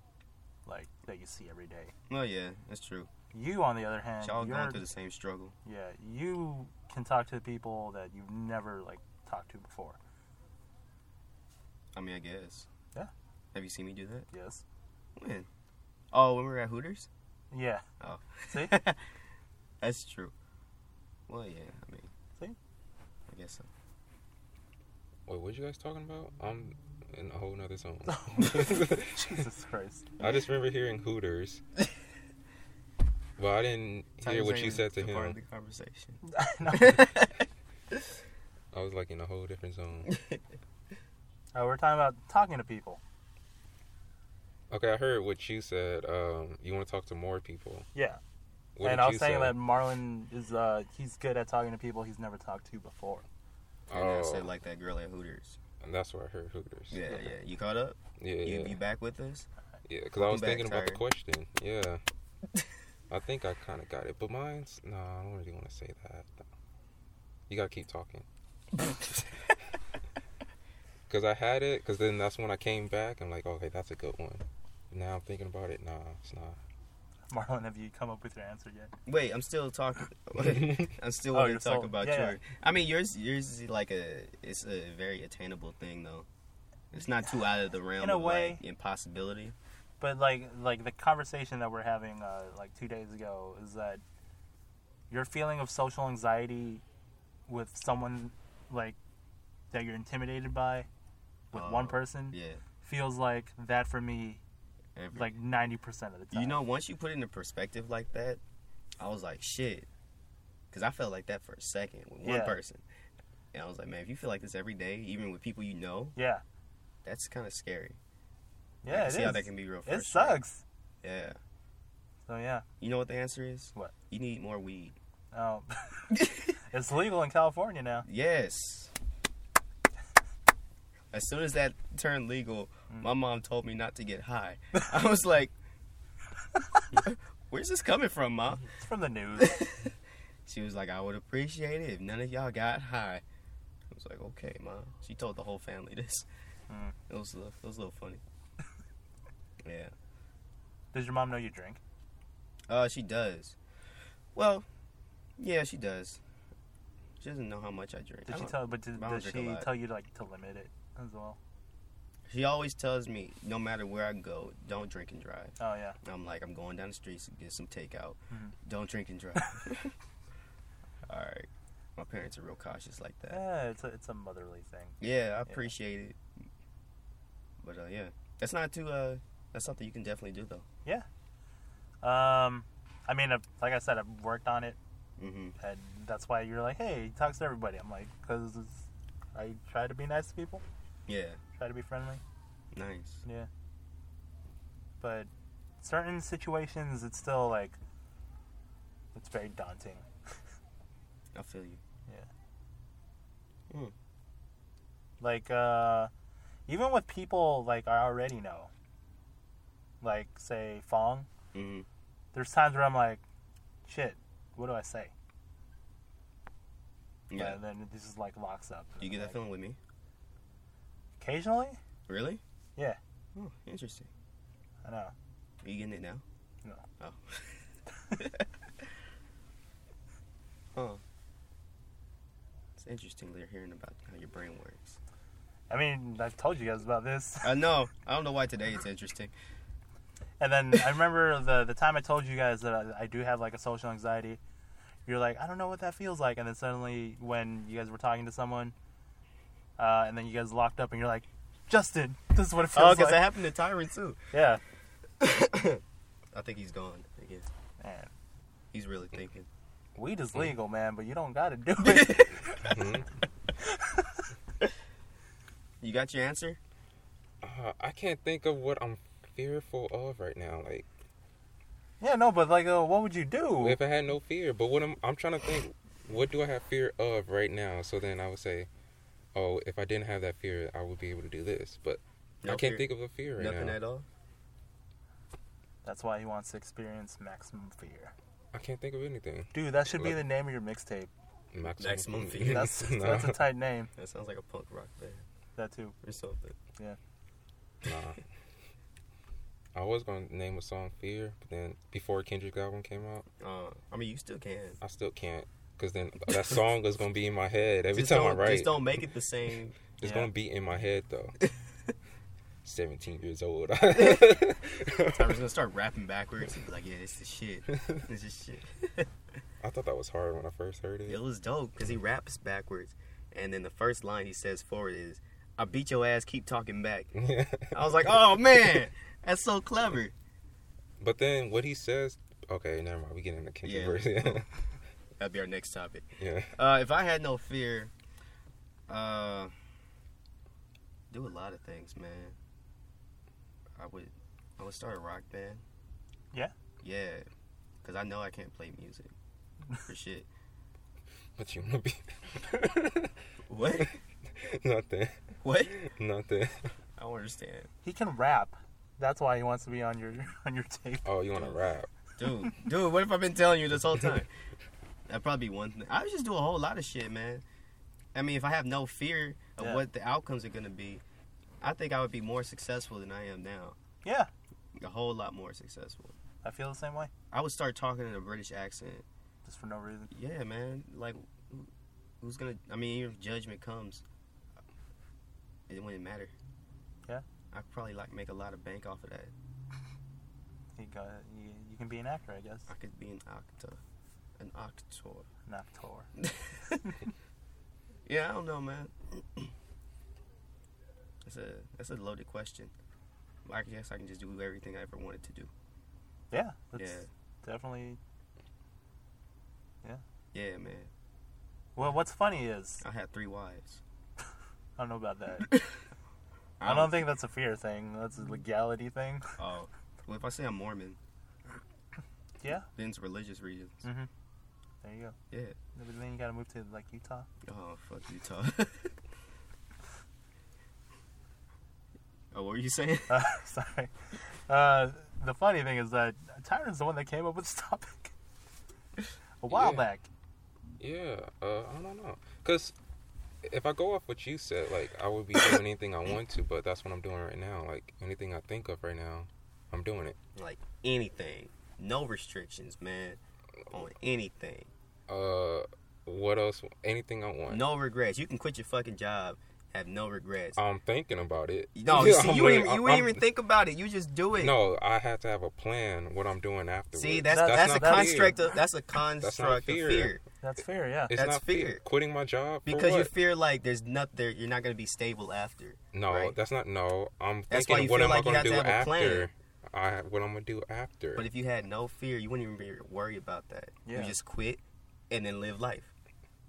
Speaker 3: like that you see every day.
Speaker 2: Oh yeah, that's true.
Speaker 3: You, on the other hand,
Speaker 2: Y'all
Speaker 3: you're-
Speaker 2: going through the same struggle.
Speaker 3: yeah, you can talk to the people that you've never like talked to before.
Speaker 2: I mean, I guess.
Speaker 3: Yeah.
Speaker 2: Have you seen me do that?
Speaker 3: Yes.
Speaker 2: When? Oh, when we were at Hooters.
Speaker 3: Yeah.
Speaker 2: Oh.
Speaker 3: See?
Speaker 2: That's true. Well, yeah. I mean.
Speaker 3: See?
Speaker 2: I guess so.
Speaker 1: Wait, what you guys talking about? I'm in a whole nother zone.
Speaker 3: Jesus Christ.
Speaker 1: I just remember hearing Hooters. But I didn't hear
Speaker 2: Times
Speaker 1: what you
Speaker 2: ain't
Speaker 1: said to
Speaker 2: the Part of
Speaker 1: him.
Speaker 2: the conversation.
Speaker 3: I know.
Speaker 1: I was like in a whole different zone.
Speaker 3: Uh, we're talking about talking to people.
Speaker 1: Okay, I heard what you said. Um, you want to talk to more people.
Speaker 3: Yeah.
Speaker 1: What
Speaker 3: and
Speaker 1: did
Speaker 3: I
Speaker 1: you
Speaker 3: was saying
Speaker 1: say?
Speaker 3: that Marlon is uh he's good at talking to people he's never talked to before.
Speaker 2: And I
Speaker 1: Oh,
Speaker 2: said like that girl at Hooters.
Speaker 1: and that's where I heard Hooters.
Speaker 2: Yeah, yeah. You caught up?
Speaker 1: yeah,
Speaker 2: You,
Speaker 1: yeah,
Speaker 2: you back with us?
Speaker 1: yeah. Because I was
Speaker 2: back
Speaker 1: thinking about the
Speaker 2: tired.
Speaker 1: question. Yeah, I think I kind of got it, but mine's no. I don't really want to say that. You gotta keep talking. Because I had it. Because then that's when I came back. I'm like, okay, that's a good one. Now I'm thinking about it. Nah, it's not.
Speaker 3: Marlon, have you come up with your answer yet?
Speaker 2: Wait, I'm still talking. I'm still
Speaker 3: Oh,
Speaker 2: want to
Speaker 3: you're
Speaker 2: talk
Speaker 3: still-
Speaker 2: about
Speaker 3: yeah,
Speaker 2: your.
Speaker 3: yeah.
Speaker 2: I mean, yours. Yours is like a. It's a very attainable thing, though. It's not too out of the realm
Speaker 3: In a
Speaker 2: of, like,
Speaker 3: way.
Speaker 2: impossibility.
Speaker 3: But like like the conversation that we're having uh like two days ago is that your feeling of social anxiety with someone like that you're intimidated by with one
Speaker 2: Oh,
Speaker 3: person
Speaker 2: Yeah.
Speaker 3: feels like that for me
Speaker 2: Every-
Speaker 3: like 90% of the time.
Speaker 2: you know, once you put it into perspective like that, I was like, shit, because I felt like that for a second with one
Speaker 3: Yeah.
Speaker 2: person, and I was like, man, if you feel like this every day, even with people you know,
Speaker 3: Yeah.
Speaker 2: that's kind of scary. I
Speaker 3: Yeah,
Speaker 2: can
Speaker 3: it
Speaker 2: see how that
Speaker 3: is.
Speaker 2: can be real.
Speaker 3: It
Speaker 2: frustrating.
Speaker 3: sucks.
Speaker 2: Yeah.
Speaker 3: So yeah.
Speaker 2: You know what the answer is?
Speaker 3: What?
Speaker 2: You need more weed.
Speaker 3: Um, it's legal in California now.
Speaker 2: Yes. As soon as that turned legal,
Speaker 3: Mm.
Speaker 2: my mom told me not to get high. I was like, "Where's this coming from, mom?"
Speaker 3: It's from the news.
Speaker 2: She was like, "I would appreciate it if none of y'all got high." I was like, "Okay, mom." She told the whole family this.
Speaker 3: Mm.
Speaker 2: It was a little, it was a little funny. yeah.
Speaker 3: Does your mom know you drink?
Speaker 2: Uh, she does. Well, yeah, she does. She doesn't know how much I drink.
Speaker 3: Did
Speaker 2: I
Speaker 3: she
Speaker 2: don't-
Speaker 3: tell? But did,
Speaker 2: I don't
Speaker 3: does
Speaker 2: drink a
Speaker 3: she
Speaker 2: lot.
Speaker 3: tell you like to limit it as well?
Speaker 2: She always tells me, no matter where I go, don't drink and drive.
Speaker 3: Oh yeah.
Speaker 2: I'm like, I'm going down the streets to get some takeout.
Speaker 3: Mhm.
Speaker 2: Don't drink and drive. All right. My parents are real cautious like that.
Speaker 3: Yeah, it's a it's a motherly thing.
Speaker 2: Yeah, I appreciate it. But uh, yeah, that's not too. Uh, that's something you can definitely do though.
Speaker 3: Um, I mean, I've, like I said, I've worked on it,
Speaker 2: hmm
Speaker 3: and that's why you're like, hey, he talks to everybody. I'm like, because I try to be nice to people,
Speaker 2: Yeah,
Speaker 3: try to be friendly,
Speaker 2: nice.
Speaker 3: but certain situations, it's still like, it's very daunting.
Speaker 2: I feel you.
Speaker 3: like uh even with people like I already know, like say Fong,
Speaker 2: hmm
Speaker 3: there's times where I'm like, shit, what do I say?
Speaker 2: Yeah,
Speaker 3: And then this is like locks up.
Speaker 2: you get that
Speaker 3: Like,
Speaker 2: feeling with me?
Speaker 3: Occasionally,
Speaker 2: Really?
Speaker 3: Yeah.
Speaker 2: Oh, interesting.
Speaker 3: I know.
Speaker 2: Are you getting it now?
Speaker 3: No.
Speaker 2: Oh. huh. It's interesting they're hearing about how your brain works.
Speaker 3: I mean, I've told you guys about this.
Speaker 2: I know. I don't know why today it's interesting.
Speaker 3: And then I remember the the time I told you guys that I, I do have like a social anxiety. You're like, I don't know what that feels like, and then suddenly when you guys were talking to someone, uh, and then you guys locked up, and you're like, Justin, this is what it feels
Speaker 2: Oh, because
Speaker 3: like.
Speaker 2: that happened to Tyron too.
Speaker 3: yeah.
Speaker 2: I think he's gone again.
Speaker 3: Man.
Speaker 2: He's really thinking.
Speaker 3: Weed is legal, man, but you don't gotta do it.
Speaker 1: Hmm?
Speaker 2: You got your answer?
Speaker 1: Uh, I can't think of what I'm fearful of right now. Like,
Speaker 3: yeah, no, but like, uh, what would you do?
Speaker 1: if I had no fear, but what I'm I'm trying to think, what do I have fear of right now? So then I would say, oh, if I didn't have that fear, I would be able to do this. But
Speaker 2: No
Speaker 1: I can't
Speaker 2: fear.
Speaker 1: think of a fear right
Speaker 2: Nothing
Speaker 1: now.
Speaker 2: at all.
Speaker 3: That's why he wants to experience maximum fear.
Speaker 1: I can't think of anything.
Speaker 3: Dude, that should be
Speaker 1: Look.
Speaker 3: the name of your mixtape.
Speaker 1: Maximum,
Speaker 2: Maximum fear.
Speaker 3: That's
Speaker 1: no,
Speaker 3: that's a tight name.
Speaker 2: That sounds like a punk rock band
Speaker 3: That too.
Speaker 2: or something.
Speaker 1: nah. I was gonna name a song "Fear," but then before Kendrick's album came out,
Speaker 2: Uh, I mean, you still can.
Speaker 1: I still can't. Cause then that song is gonna be in my head every
Speaker 2: just
Speaker 1: time
Speaker 2: don't,
Speaker 1: I write.
Speaker 2: Just don't make it the same.
Speaker 1: It's
Speaker 3: Yeah.
Speaker 1: gonna be in my head though. Seventeen years old.
Speaker 2: I was gonna start rapping backwards and be like, yeah, this is shit. This is shit.
Speaker 1: I thought that was hard when I first heard it.
Speaker 2: It was dope because he raps backwards, and then the first line he says forward is, "I beat your ass, keep talking back." I was like, "Oh man, that's so clever."
Speaker 1: but then what he says, okay, never mind. We get into controversy. Yeah.
Speaker 2: That'd be our next topic.
Speaker 1: yeah.
Speaker 2: Uh, if I had no fear, uh, do a lot of things, man. I would, I would start a rock band.
Speaker 3: Yeah?
Speaker 2: Yeah, because I know I can't play music for shit.
Speaker 1: But you wanna be
Speaker 2: What?
Speaker 1: nothing,
Speaker 2: What?
Speaker 1: nothing.
Speaker 2: I don't understand,
Speaker 3: He can rap. That's why he wants to be on your on your tape.
Speaker 1: Oh, you wanna rap?
Speaker 2: dude. Dude, what if I've been telling you this whole time? That'd probably be one thing. I would just do a whole lot of shit, man. I mean, if I have no fear of
Speaker 3: Yeah.
Speaker 2: what the outcomes are gonna be, I think I would be more successful than I am now.
Speaker 3: Yeah,
Speaker 2: A whole lot more successful.
Speaker 3: I feel the same way.
Speaker 2: I would start talking in a British accent.
Speaker 3: Just for no reason.
Speaker 2: Yeah, man. Like, who- who's gonna? I mean, even if judgment comes, it wouldn't matter.
Speaker 3: Yeah.
Speaker 2: I could probably like make a lot of bank off of that.
Speaker 3: He got you, you can be an actor, I guess.
Speaker 2: I could be an actor, an actor.
Speaker 3: An actor.
Speaker 2: yeah, I don't know, man. That's a that's a loaded question. I guess I can just do everything I ever wanted to do.
Speaker 3: Yeah, that's
Speaker 2: Yeah.
Speaker 3: definitely.
Speaker 2: Yeah, man.
Speaker 3: Well, what's funny is
Speaker 2: I had three wives.
Speaker 3: I don't know about that. I don't think that's a fear thing. That's a legality thing.
Speaker 2: Oh, well, if I say I'm Mormon,
Speaker 3: Yeah.
Speaker 2: then it's religious reasons.
Speaker 3: Mm-hmm. There you go.
Speaker 2: Yeah.
Speaker 3: But then you gotta move to like Utah.
Speaker 2: Oh, fuck Utah. oh, what were you saying?
Speaker 3: Uh, sorry. Uh, the funny thing is that Tyron's the one that came up with this topic a while
Speaker 1: Yeah.
Speaker 3: back.
Speaker 1: Yeah. Uh, I don't know. Cause if I go off what you said, like I would be doing anything I want to, but that's what I'm doing right now. Like anything I think of right now, I'm doing it.
Speaker 2: Like anything. No restrictions, man. On anything.
Speaker 1: Uh, what else? Anything I want.
Speaker 2: No regrets. You can quit your fucking job, have no regrets.
Speaker 1: I'm thinking about it.
Speaker 2: No, you
Speaker 1: Uh, Yeah,
Speaker 2: see,
Speaker 1: I'm
Speaker 2: you ain't
Speaker 1: really-
Speaker 2: even, you ain't
Speaker 1: I'm-
Speaker 2: even think about it. You just do it.
Speaker 1: No, I have to have a plan what I'm doing afterwards.
Speaker 2: See, that's
Speaker 3: That's-
Speaker 2: that's,
Speaker 1: not
Speaker 2: a
Speaker 1: fear.
Speaker 2: construct. Of, that's a construct
Speaker 1: fear.
Speaker 2: of fear
Speaker 3: That's fair, yeah.
Speaker 1: It's
Speaker 2: that's
Speaker 1: not fear.
Speaker 2: fear.
Speaker 1: Quitting my job for
Speaker 2: because you
Speaker 1: what?
Speaker 2: fear like there's not there. You're not gonna be stable after.
Speaker 1: No,
Speaker 2: right?
Speaker 1: that's not. No, I'm
Speaker 2: That's why
Speaker 1: thinking
Speaker 2: you
Speaker 1: what
Speaker 2: feel
Speaker 1: am
Speaker 2: like
Speaker 1: I
Speaker 2: you
Speaker 1: going
Speaker 2: have
Speaker 1: to
Speaker 2: to
Speaker 1: do
Speaker 2: have a
Speaker 1: after? I what I'm going to do after?
Speaker 2: But if you had no fear, you wouldn't even be worry about that.
Speaker 3: Yeah.
Speaker 2: You just quit and then live life.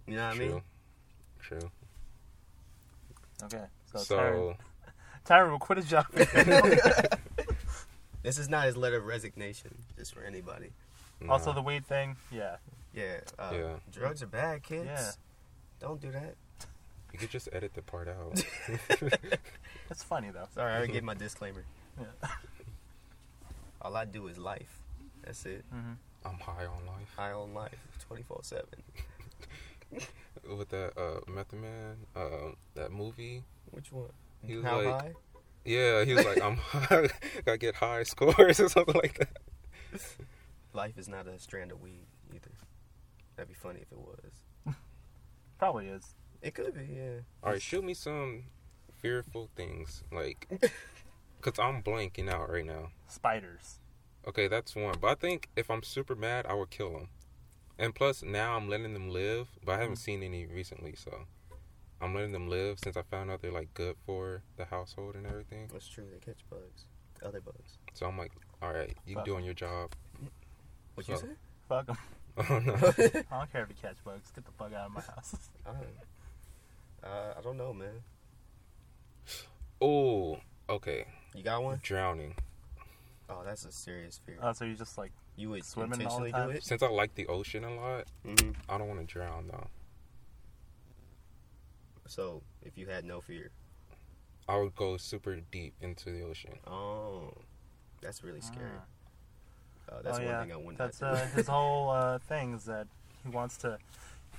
Speaker 2: You know what I
Speaker 1: true,
Speaker 2: mean?
Speaker 1: true.
Speaker 3: Okay. So, Tyron,
Speaker 1: So
Speaker 3: Tyron will quit his job.
Speaker 2: This is not his letter of resignation, just for anybody.
Speaker 1: nah.
Speaker 3: also, the weed thing, yeah.
Speaker 2: Yeah. Uh,
Speaker 1: Yeah.
Speaker 2: Drugs are bad, kids.
Speaker 3: Yeah.
Speaker 2: Don't do that.
Speaker 1: you could just edit the part out.
Speaker 3: It's funny, though.
Speaker 2: Sorry, I already gave my disclaimer.
Speaker 3: Yeah.
Speaker 2: All I do is life. That's it.
Speaker 3: Mm-hmm.
Speaker 1: I'm high on life
Speaker 2: I own life, twenty four seven.
Speaker 1: with that uh, Method Man, uh, that movie.
Speaker 2: Which one?
Speaker 1: He was
Speaker 2: How
Speaker 1: like,
Speaker 2: high?
Speaker 1: yeah, he was like, I'm high. I get high scores or something like that.
Speaker 2: Life is not a strand of weed either. That'd be funny if it was.
Speaker 3: Probably is.
Speaker 2: It could be, yeah.
Speaker 1: All right, shoot me some fearful things, like, cause I'm blanking out right now.
Speaker 3: Spiders.
Speaker 1: Okay, that's one. But I think if I'm super mad, I would kill them. And plus, now I'm letting them live, but I haven't seen any recently, so I'm letting them live since I found out they're like good for the household and everything.
Speaker 2: That's true. They catch bugs, other bugs.
Speaker 1: So I'm like, all right, you doing your job.
Speaker 2: What
Speaker 1: you
Speaker 2: you
Speaker 1: say?
Speaker 2: say?
Speaker 3: Fuck 'em.
Speaker 1: Oh, no.
Speaker 3: I don't care if you catch bugs. Get the fuck out of my house.
Speaker 2: uh, I don't know, man.
Speaker 1: oh, okay.
Speaker 2: You got one?
Speaker 1: Drowning.
Speaker 2: Oh, that's a serious fear.
Speaker 3: Oh, so you just like,
Speaker 2: you would
Speaker 3: swimming all the
Speaker 2: intentionally do
Speaker 3: time?
Speaker 2: it?
Speaker 1: Since I like the ocean a lot,
Speaker 2: Mm-hmm.
Speaker 1: I don't want to drown though.
Speaker 2: so if you had no fear?
Speaker 1: I would go super deep into the ocean.
Speaker 2: Oh, that's really scary.
Speaker 3: Ah.
Speaker 2: Uh, that's
Speaker 3: oh,
Speaker 2: one
Speaker 3: yeah.
Speaker 2: thing I wouldn't.
Speaker 3: That's uh, his whole uh, thing is that he wants to.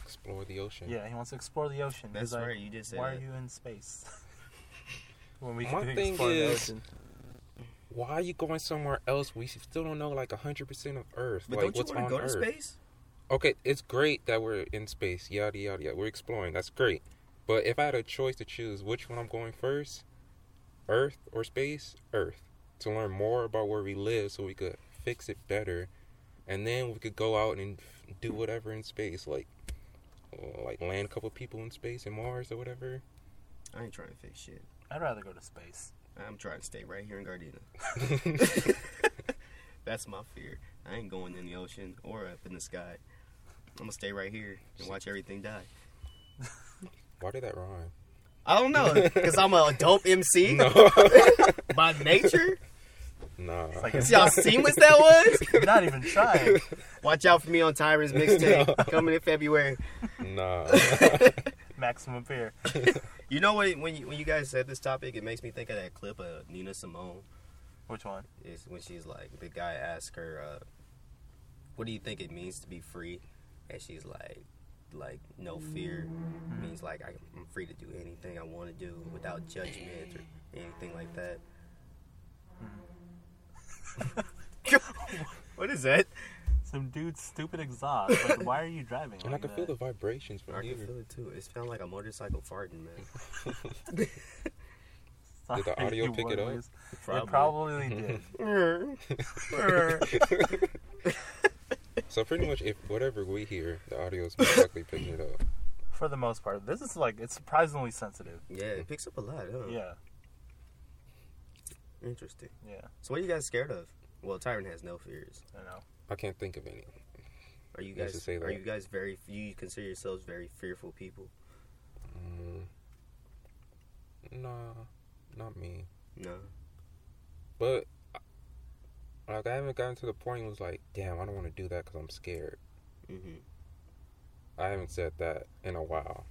Speaker 1: Explore the ocean.
Speaker 3: Yeah, he wants to explore the ocean.
Speaker 2: That's
Speaker 3: He's like,
Speaker 2: right, you did say
Speaker 3: Why
Speaker 2: that."
Speaker 3: are you in space? when we
Speaker 1: My
Speaker 3: can
Speaker 1: thing
Speaker 3: explore the
Speaker 1: is-
Speaker 3: ocean.
Speaker 1: Why are you going somewhere else? We still don't know like hundred percent of Earth.
Speaker 2: but
Speaker 1: like
Speaker 2: don't you
Speaker 1: what's
Speaker 2: want to
Speaker 1: on
Speaker 2: go
Speaker 1: Earth?
Speaker 2: to space?
Speaker 1: Okay, it's great that we're in space. Yada yada yada. We're exploring. That's great. But if I had a choice to choose which one I'm going first, Earth or space, Earth, to learn more about where we live, so we could fix it better, and then we could go out and f- do whatever in space, like uh, like land a couple people in space and Mars or whatever.
Speaker 2: I ain't trying to fix shit.
Speaker 3: I'd rather go to space.
Speaker 2: I'm trying to stay right here in Gardena. That's my fear. I ain't going in the ocean or up in the sky. I'm gonna stay right here and watch everything die.
Speaker 1: Why did that rhyme?
Speaker 2: I don't know, cause I'm a dope MC
Speaker 1: No,
Speaker 2: by nature.
Speaker 1: nah.
Speaker 3: It's like
Speaker 2: See how seamless that was.
Speaker 3: you're not even trying.
Speaker 2: Watch out for me on Tyron's mixtape coming in February.
Speaker 1: Nah.
Speaker 3: Maximum fear.
Speaker 2: You know what? When you, when you guys said this topic, it makes me think of that clip of Nina Simone.
Speaker 3: Which one?
Speaker 2: Is when she's like, the guy asks her, uh, "What do you think it means to be free?" And she's like, "Like no fear means like I- I'm free to do anything I want to do without judgment or anything like that." Mm-hmm. what is that?
Speaker 3: Some dude's stupid exhaust. Like, why are you driving?
Speaker 1: and I
Speaker 3: like
Speaker 1: can feel the
Speaker 3: that?
Speaker 1: vibrations from
Speaker 2: I
Speaker 1: you.
Speaker 2: can feel it too. It sounds like a motorcycle farting, man.
Speaker 1: Did the
Speaker 3: Sorry,
Speaker 1: audio
Speaker 3: you
Speaker 1: pick it up?
Speaker 3: wordless. It probably did.
Speaker 1: So pretty much, if whatever we hear, the audio is most likely picking it up.
Speaker 3: For the most part, this is like it's surprisingly sensitive.
Speaker 2: yeah, it picks up a lot, huh?
Speaker 3: Yeah,
Speaker 2: Interesting.
Speaker 3: yeah.
Speaker 2: So what are you guys scared of? Well, Tyron has no fears.
Speaker 3: I know.
Speaker 1: I can't think of any.
Speaker 2: Are you
Speaker 1: Nice
Speaker 2: guys
Speaker 1: to say
Speaker 2: are
Speaker 1: that.
Speaker 2: you guys very you consider yourselves very fearful people?
Speaker 1: Mm. Nah, not me.
Speaker 2: No.
Speaker 1: But like, I haven't gotten to the point where it's like, damn, I don't want to do that because I'm scared.
Speaker 2: hmm
Speaker 1: I haven't said that in a while.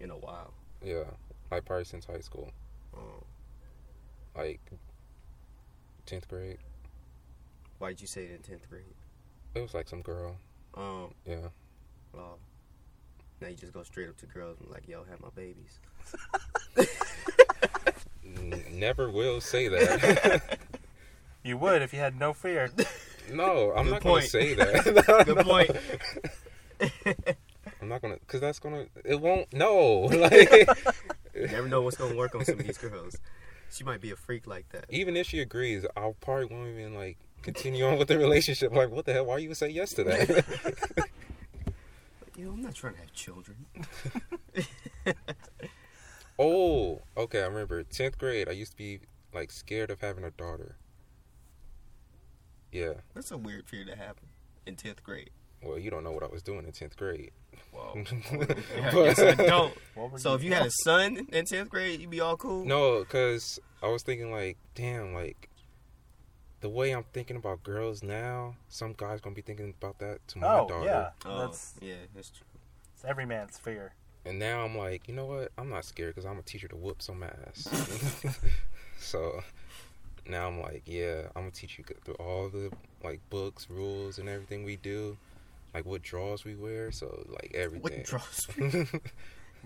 Speaker 2: In a while.
Speaker 1: Yeah, like probably since high school,
Speaker 2: Oh.
Speaker 1: like tenth grade.
Speaker 2: Why did you say it in tenth grade?
Speaker 1: It was like some girl.
Speaker 2: Um.
Speaker 1: Yeah,
Speaker 2: Well, now you just go straight up to girls and like, yo, have my babies.
Speaker 1: N- never will say that.
Speaker 3: You would if you had no fear.
Speaker 1: no, I'm
Speaker 2: Good
Speaker 1: not
Speaker 2: point.
Speaker 1: gonna say that.
Speaker 2: Good point.
Speaker 1: I'm not gonna, cause that's gonna. It won't. No, like.
Speaker 2: you never know what's gonna work on some of these girls. She might be a freak like that.
Speaker 1: even if she agrees, I'll probably won't even like continue on with the relationship. Like, what the hell? Why you say yes to that?
Speaker 2: Yo, I'm not trying to have children.
Speaker 1: oh, okay. I remember tenth grade. I used to be like scared of having a daughter. Yeah.
Speaker 2: That's a weird fear to have in tenth grade.
Speaker 1: Well, you don't know what I was doing in tenth grade.
Speaker 2: Wow. Oh, Yeah, I guess I don't.
Speaker 3: What were
Speaker 2: So if you had a son in tenth grade, you'd be all cool.
Speaker 1: No, because I was thinking like, damn, like the way I'm thinking about girls now, some guy's gonna be thinking about that to my
Speaker 3: Oh
Speaker 1: daughter.
Speaker 3: yeah,
Speaker 2: Oh,
Speaker 3: that's,
Speaker 2: yeah, that's true.
Speaker 3: that's every man's fear.
Speaker 1: And now I'm like, you know what? I'm not scared because I'm a teacher to whoop some ass. so now I'm like, yeah, I'm gonna teach you good through all the like books, rules, and everything we do, like what draws we wear. So like everything.
Speaker 2: What draws?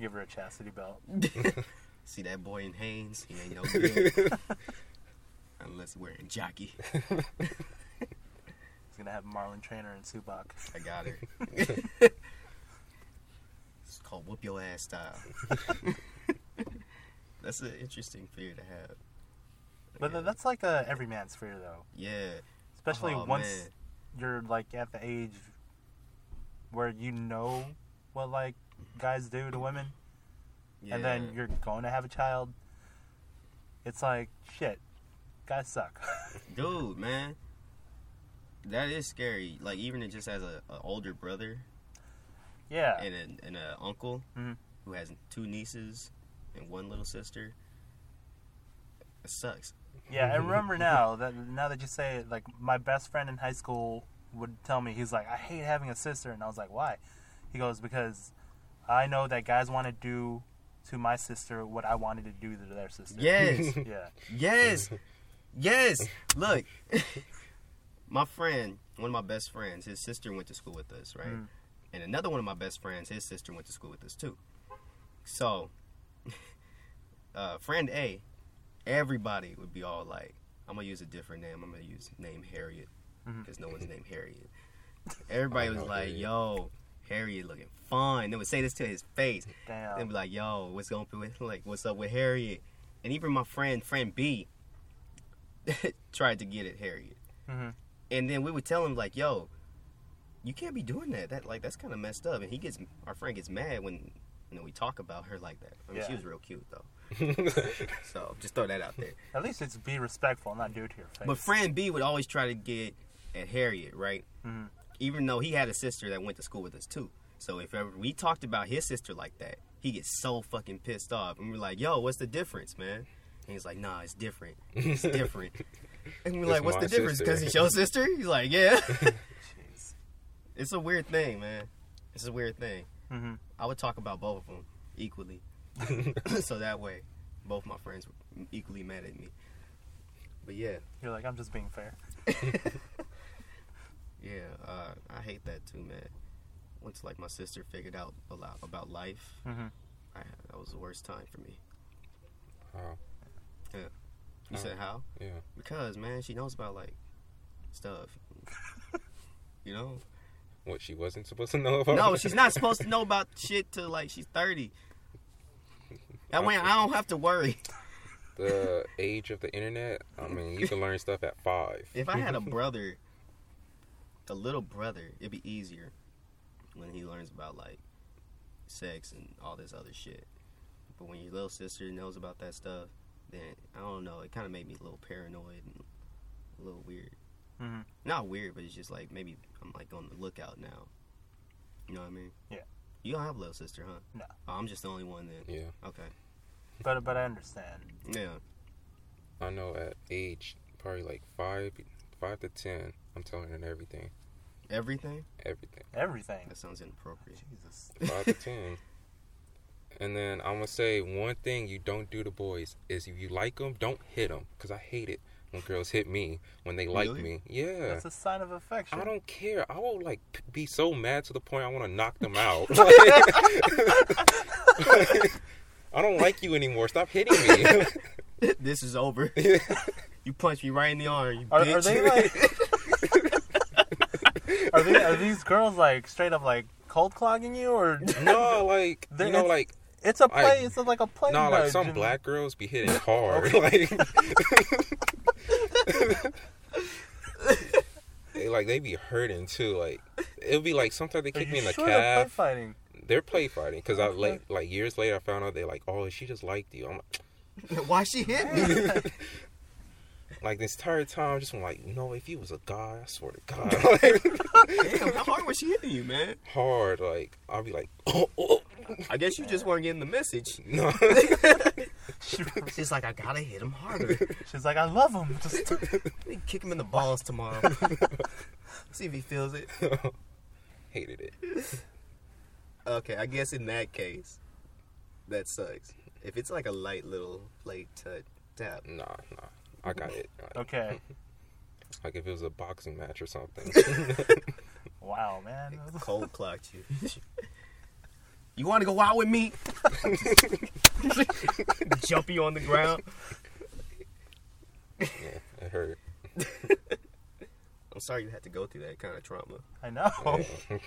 Speaker 3: Give her a chastity belt.
Speaker 2: See that boy in Hanes? He ain't no good. Unless we're in jockey.
Speaker 3: He's gonna have Marlon Trainer and Subak.
Speaker 2: I got her. it's called whoop your ass style. That's an interesting fear to have.
Speaker 3: But th- that's like a every man's fear though,
Speaker 2: Yeah.
Speaker 3: especially
Speaker 2: Oh,
Speaker 3: once
Speaker 2: man.
Speaker 3: you're like at the age where you know what like guys do to women,
Speaker 2: yeah.
Speaker 3: and then you're going to have a child. It's like shit. Guys suck.
Speaker 2: dude, man, that is scary. Like even it just as a, a older brother
Speaker 3: yeah.
Speaker 2: and an and a uncle
Speaker 3: Mhm.
Speaker 2: who has two nieces and one little sister. It sucks.
Speaker 3: Yeah, I remember now that now that you say it, like my best friend in high school would tell me he's like, I hate having a sister, and I was like, why? He goes because I know that guys want to do to my sister what I wanted to do to their sister.
Speaker 2: Yes.
Speaker 3: Yeah.
Speaker 2: Yes. Yes. Look. my friend, one of my best friends, his sister went to school with us, right?
Speaker 3: Mm.
Speaker 2: And another one of my best friends, his sister went to school with us too. So, uh, friend A, everybody would be all like, I'm going to use a different name. I'm going to use name Harriet
Speaker 3: Mhm.
Speaker 2: because no one's named Harriet. Everybody
Speaker 1: I
Speaker 2: was
Speaker 1: know
Speaker 2: like,
Speaker 1: Harriet.
Speaker 2: yo, Harriet looking fun. They would say this to his face and
Speaker 3: Damn.
Speaker 2: be like, "Yo, what's going on with like what's up with Harriet?" And even my friend, friend B, tried to get at Harriet,
Speaker 3: Mhm.
Speaker 2: and then we would tell him like, "Yo, you can't be doing that. That like that's kind of messed up." And he gets our friend gets mad when you know we talk about her like that. I mean, she
Speaker 3: Yeah.
Speaker 2: was real cute though,
Speaker 1: yeah.
Speaker 2: so just throw that out there.
Speaker 3: At least it's be respectful, not do it to your face.
Speaker 2: But friend B would always try to get at Harriet, right?
Speaker 1: Mm-hmm.
Speaker 3: Mhm.
Speaker 2: Even though he had a sister that went to school with us too. So if ever we talked about his sister like that, he gets so fucking pissed off, and we're like, "Yo, what's the difference, man?" And he's like, "Nah, it's different. It's different." and we're
Speaker 1: It's
Speaker 2: like, "What's
Speaker 1: my
Speaker 2: the difference?
Speaker 1: sister."
Speaker 2: Because it's your sister?" He's like, "Yeah."
Speaker 3: Jeez.
Speaker 2: it's a weird thing, man. It's a weird thing.
Speaker 1: Mm-hmm.
Speaker 3: Mhm.
Speaker 2: I would talk about both of them equally, so that way, both my friends were equally mad at me. But yeah.
Speaker 3: You're like, I'm just being fair.
Speaker 2: Yeah, uh, I hate that too, man. Once like my sister figured out a lot about life,
Speaker 3: hmm
Speaker 2: I, that was the worst time for me.
Speaker 1: How?
Speaker 2: Yeah. You
Speaker 1: How?
Speaker 2: said how? Because man, she knows about like stuff. you know?
Speaker 1: What she wasn't supposed to know about?
Speaker 2: No, she's not supposed to know about shit till like she's thirty. That way I don't have to worry.
Speaker 1: the age of the internet. I mean, you can learn stuff at five.
Speaker 2: If I had a brother, a little brother, it'd be easier when he learns about like sex and all this other shit. But when your little sister knows about that stuff, then I don't know. It kind of made me a little paranoid and a little weird.
Speaker 3: Mhm.
Speaker 2: Not weird, but it's just like maybe I'm like on the lookout now. You know what I mean?
Speaker 3: Yeah.
Speaker 2: You don't have a little sister, huh?
Speaker 3: No.
Speaker 2: Oh, I'm just the only one then.
Speaker 1: yeah,
Speaker 2: Okay.
Speaker 3: But but I understand.
Speaker 2: Yeah.
Speaker 1: I know. At age probably like five, five to ten, I'm telling her everything,
Speaker 2: Everything?
Speaker 1: everything.
Speaker 3: Everything.
Speaker 2: That sounds inappropriate.
Speaker 3: Jesus.
Speaker 1: Five to ten. And then I'm gonna say one thing you don't do to boys is if you like them, don't hit them. Cause I hate it when girls hit me when they like
Speaker 2: Really?
Speaker 1: me. Yeah.
Speaker 3: That's a sign of affection.
Speaker 1: I don't care. I will like p- be so mad to the point I want to knock them out. I don't like you anymore. Stop hitting me.
Speaker 2: this is over. you punched me right in the arm. You
Speaker 3: Are,
Speaker 2: bitch.
Speaker 3: are they like? are, they, are these girls like straight up like cold clogging you, or
Speaker 1: no, like
Speaker 3: There-
Speaker 1: you know,
Speaker 3: it's-
Speaker 1: like
Speaker 3: it's a
Speaker 1: I-
Speaker 3: play? it's like a play.
Speaker 1: no, like
Speaker 3: nudge
Speaker 1: some
Speaker 3: and-
Speaker 1: black girls be hitting hard. like they like they be hurting too. Like it'll be like sometimes they
Speaker 3: Are
Speaker 1: kick
Speaker 3: you
Speaker 1: me in the
Speaker 3: sure they're play
Speaker 1: calf.
Speaker 3: fighting.
Speaker 1: They're play fighting because I like like years later I found out they like oh she just liked you. I'm like,
Speaker 2: Why she hit me?
Speaker 1: like this entire time, just like you know, if you was a guy, I swear to God, like,
Speaker 2: Damn, how hard was she hitting you, man?
Speaker 1: hard. Like I'll be like, oh, oh.
Speaker 2: I guess you just weren't getting the message.
Speaker 1: no,
Speaker 3: She-
Speaker 2: She's like, I gotta hit him harder.
Speaker 3: she's like, I love him. Just
Speaker 2: Let me kick him in the balls tomorrow. See if he feels it.
Speaker 1: hated it.
Speaker 2: Okay, I guess in that case, that sucks. If it's like a light little plate t- tap,
Speaker 1: Nah, nah, I got it. Like,
Speaker 3: okay.
Speaker 1: like if it was a boxing match or something.
Speaker 3: Wow, man.
Speaker 2: cold clocked you. you want to go out with me? Jump you on the ground.
Speaker 1: yeah, it hurt.
Speaker 2: I'm sorry you had to go through that kind of trauma.
Speaker 3: I know.
Speaker 1: Yeah.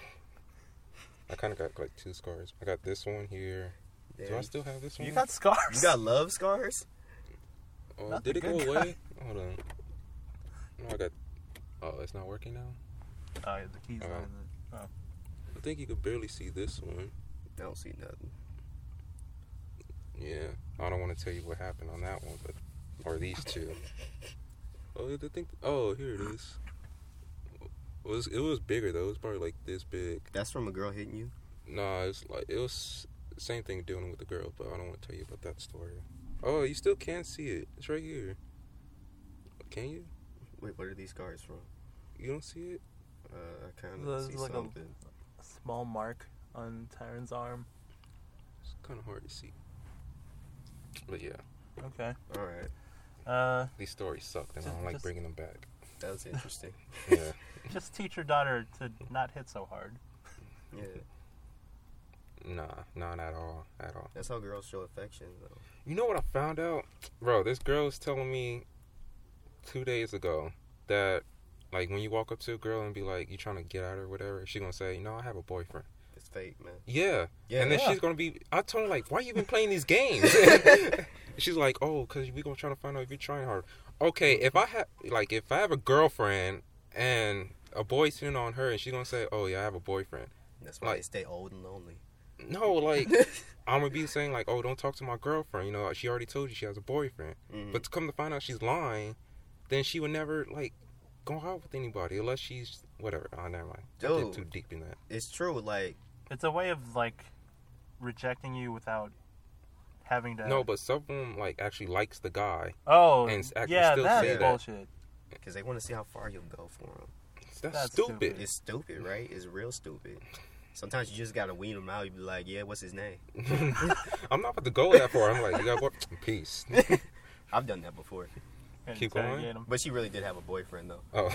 Speaker 1: I kind of got like two scars. I got this one here. Do I
Speaker 2: Damn.
Speaker 1: still have this one?
Speaker 3: You got scars.
Speaker 2: You got love scars?
Speaker 1: oh,
Speaker 3: That's
Speaker 1: did
Speaker 3: a
Speaker 1: it go
Speaker 3: good
Speaker 1: away? Hold on. No, I got. Oh, it's not working now.
Speaker 3: Oh, yeah, the keys.
Speaker 1: Uh-huh.
Speaker 3: on the- oh.
Speaker 1: I think you could barely see this one.
Speaker 2: I don't see nothing.
Speaker 1: Yeah, I don't want to tell you what happened on that one, but or these two. Oh, I think. Oh, here it is. It was it was bigger though? It was probably like this big.
Speaker 2: That's from a girl hitting you?
Speaker 1: Nah, it's like it was same thing dealing with the girl, but I don't want to tell you about that story. Oh, you still can see it. It's right here. Can you?
Speaker 2: Wait, what are these scars from?
Speaker 1: You don't see it?
Speaker 2: Uh, I kind
Speaker 3: Those
Speaker 2: of see
Speaker 3: look a-
Speaker 2: something.
Speaker 3: Small mark on Tyron's arm.
Speaker 1: It's kind of hard to see. But yeah,
Speaker 3: Okay.
Speaker 2: All right,
Speaker 3: Uh,
Speaker 1: these stories sucked, and I
Speaker 3: Just-
Speaker 1: don't like
Speaker 3: just-
Speaker 1: bringing them back.
Speaker 2: that was interesting.
Speaker 1: Yeah,
Speaker 3: just teach your daughter to not hit so hard.
Speaker 2: yeah,
Speaker 1: nah, not at all, at all.
Speaker 2: that's how girls show affection, though.
Speaker 1: You know what I found out, bro? This girl was telling me two days ago that, like, when you walk up to a girl and be like, "You trying to get at her, or whatever," she gonna say, "No, I have a boyfriend."
Speaker 2: It's fake, man.
Speaker 1: Yeah,
Speaker 2: Yeah,
Speaker 1: and then
Speaker 3: Yeah.
Speaker 1: she's gonna be. I told her like, "Why you been playing these games?" she's like, "Oh, cause we gonna try to find out if you're trying hard." Okay, if I have like, if I have a girlfriend and a boy sitting on her, and she's gonna say, "Oh yeah, I have a boyfriend."
Speaker 2: that's why
Speaker 1: like-
Speaker 2: they stay old and lonely.
Speaker 1: No, like, I'm gonna be saying like, "Oh, don't talk to my girlfriend." You know, she already told you she has a boyfriend.
Speaker 2: Mhm.
Speaker 1: But to come to find out she's lying, then she would never like go out with anybody unless she's whatever. Oh, never mind. I
Speaker 2: Dude.
Speaker 1: did too deep in that.
Speaker 2: it's true. Like,
Speaker 3: It's a way of like rejecting you without having to.
Speaker 1: No, but someone like actually likes the guy.
Speaker 3: oh,
Speaker 1: and s- I can
Speaker 3: yeah,
Speaker 1: still
Speaker 3: that's
Speaker 2: say that.
Speaker 3: bullshit.
Speaker 2: because they want to see how far you'll go for them.
Speaker 1: That's,
Speaker 3: That's
Speaker 1: stupid.
Speaker 2: It's stupid, right? It's real stupid. Sometimes you just gotta weed them out. You be like, yeah, what's his name?
Speaker 1: I'm not about to go that far. I'm like, you got what? Peace.
Speaker 2: I've done that before.
Speaker 3: And
Speaker 1: Keep going.
Speaker 3: interrogate 'em.
Speaker 2: But she really did have a boyfriend though.
Speaker 1: Oh,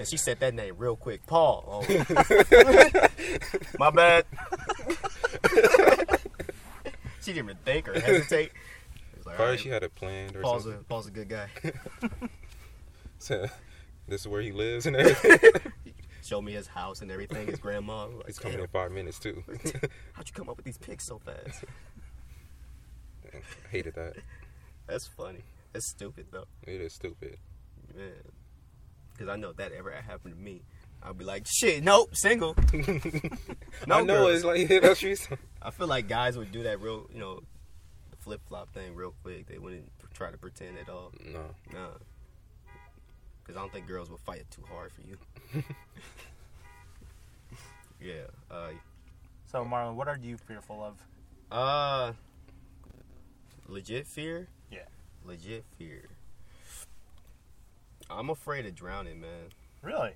Speaker 2: And she said that name real quick. Paul. Oh. My bad. she didn't even think or hesitate. It's like, all
Speaker 1: probably
Speaker 2: right,
Speaker 1: she had it planned or
Speaker 2: Paul's, a,
Speaker 1: something.
Speaker 2: Paul's a good guy.
Speaker 1: So, this is where he lives and everything.
Speaker 2: Showed me his house and everything, his grandma. I'm Like,
Speaker 1: He's coming
Speaker 2: "Damn,
Speaker 1: in five minutes too.
Speaker 2: How'd you come up with these pics so fast?
Speaker 1: Hated that.
Speaker 2: That's funny. That's stupid though.
Speaker 1: It is stupid.
Speaker 2: Man. Because I know if that ever happened to me, I'd be like, shit, nope, single. no,
Speaker 1: I know
Speaker 2: girls.
Speaker 1: it's like that's she's.
Speaker 2: I feel like guys would do that real, you know, the flip flop thing real quick. They wouldn't pr- try to pretend at all.
Speaker 1: No,
Speaker 2: Nah. Because I don't think girls would fight too hard for you. yeah. Uh,
Speaker 3: So, Marlon, what are you fearful of?
Speaker 2: uh, legit fear?
Speaker 3: Yeah.
Speaker 2: Legit fear. I'm afraid of drowning, man.
Speaker 3: Really?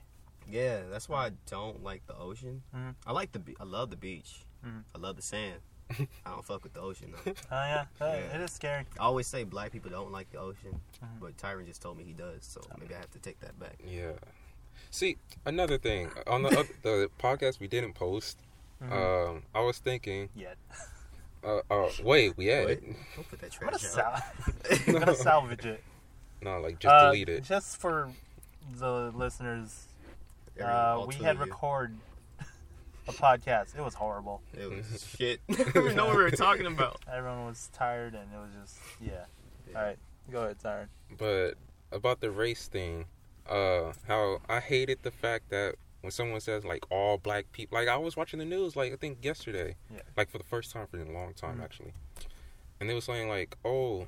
Speaker 2: Yeah, that's why I don't like the ocean.
Speaker 3: Mhm.
Speaker 2: I like the be- I love the beach.
Speaker 3: Mhm.
Speaker 2: I love the sand. I don't fuck with the ocean though.
Speaker 3: Oh yeah, that,
Speaker 2: Yeah.
Speaker 3: it is scary.
Speaker 2: I always say black people don't like the ocean,
Speaker 3: Mhm.
Speaker 2: but Tyron just told me he does, so maybe I have to take that back.
Speaker 1: yeah. See, another thing on the oth- the podcast we didn't post. Um, I was thinking.
Speaker 3: Mm-hmm. Yet,
Speaker 1: Uh, uh wait, we had
Speaker 2: Wait,
Speaker 1: it.
Speaker 2: don't put that
Speaker 3: I'm gonna,
Speaker 2: trash out.
Speaker 3: sal- I'm gonna salvage it.
Speaker 1: No, like just
Speaker 3: Uh,
Speaker 1: delete it.
Speaker 3: Just for the listeners,
Speaker 2: Every-
Speaker 3: uh,
Speaker 2: all
Speaker 3: we
Speaker 2: two
Speaker 3: had
Speaker 2: of you.
Speaker 3: record a podcast. It was horrible.
Speaker 2: It was shit. I don't even know what we were talking about.
Speaker 3: Everyone was tired, and it was just yeah.
Speaker 2: Yeah.
Speaker 3: All right, go ahead, Tyron.
Speaker 1: but about the race thing, uh, how I hated the fact that when someone says like all black people, like I was watching the news, like I think yesterday,
Speaker 3: Yeah.
Speaker 1: like for the first time for a long time
Speaker 3: Mhm.
Speaker 1: actually, and they were saying like, oh,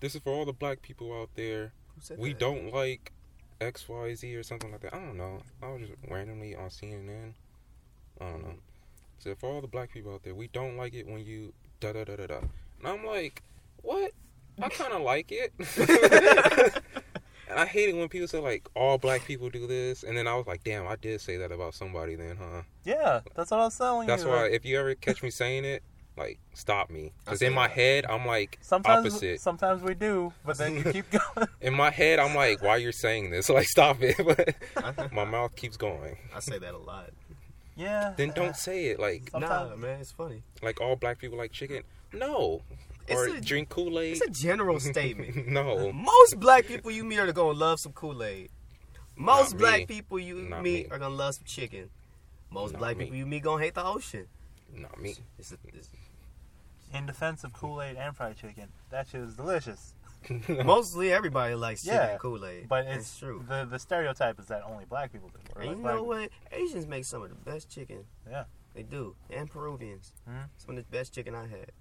Speaker 1: this is for all the black people out there.
Speaker 2: Who said
Speaker 1: We
Speaker 2: that?
Speaker 1: don't like X Y Z or something like that. I don't know. I was just randomly on CNN. I don't know. So for all the black people out there, we don't like it when you da da da da da. And I'm like, what? I kind of like it. and I hate it when people say like all black people do this, and then I was like, damn, I did say that about somebody then, huh?
Speaker 3: Yeah, that's what I was telling
Speaker 1: That's
Speaker 3: you.
Speaker 1: why if you ever catch me saying it, like stop me, because in my head I'm like
Speaker 3: sometimes
Speaker 1: opposite.
Speaker 3: sometimes we do, but then you keep going.
Speaker 1: In my head I'm like, why you're saying this? Like stop it. But my mouth keeps going.
Speaker 2: I say that a lot.
Speaker 3: Yeah.
Speaker 1: Then
Speaker 3: uh,
Speaker 1: don't say it like
Speaker 2: Nah,
Speaker 3: Sometimes-
Speaker 2: man, it's funny.
Speaker 1: like all black people like chicken. No.
Speaker 2: It's
Speaker 1: or
Speaker 2: a-
Speaker 1: drink Kool Aid.
Speaker 2: It's a general statement.
Speaker 1: no.
Speaker 2: Most black people you meet are gonna love some Kool Aid. Most
Speaker 1: Not
Speaker 2: black
Speaker 1: me.
Speaker 2: people you
Speaker 1: Not
Speaker 2: meet
Speaker 1: me.
Speaker 2: are gonna love some chicken. Most
Speaker 1: Not
Speaker 2: black
Speaker 1: me.
Speaker 2: people you meet gonna hate the ocean.
Speaker 1: Not me.
Speaker 2: It's a- it's-
Speaker 3: In defense of Kool Aid and fried chicken, that shit is delicious.
Speaker 2: mostly everybody likes chicken
Speaker 3: Yeah,
Speaker 2: and Kool Aid.
Speaker 3: But it's
Speaker 2: true.
Speaker 3: The the stereotype is that only black people do. Or
Speaker 2: And you
Speaker 3: like black-
Speaker 2: know what? Asians make some of the best chicken.
Speaker 3: Yeah.
Speaker 2: They do. And Peruvians.
Speaker 3: Mhm.
Speaker 2: Some of the best chicken I had.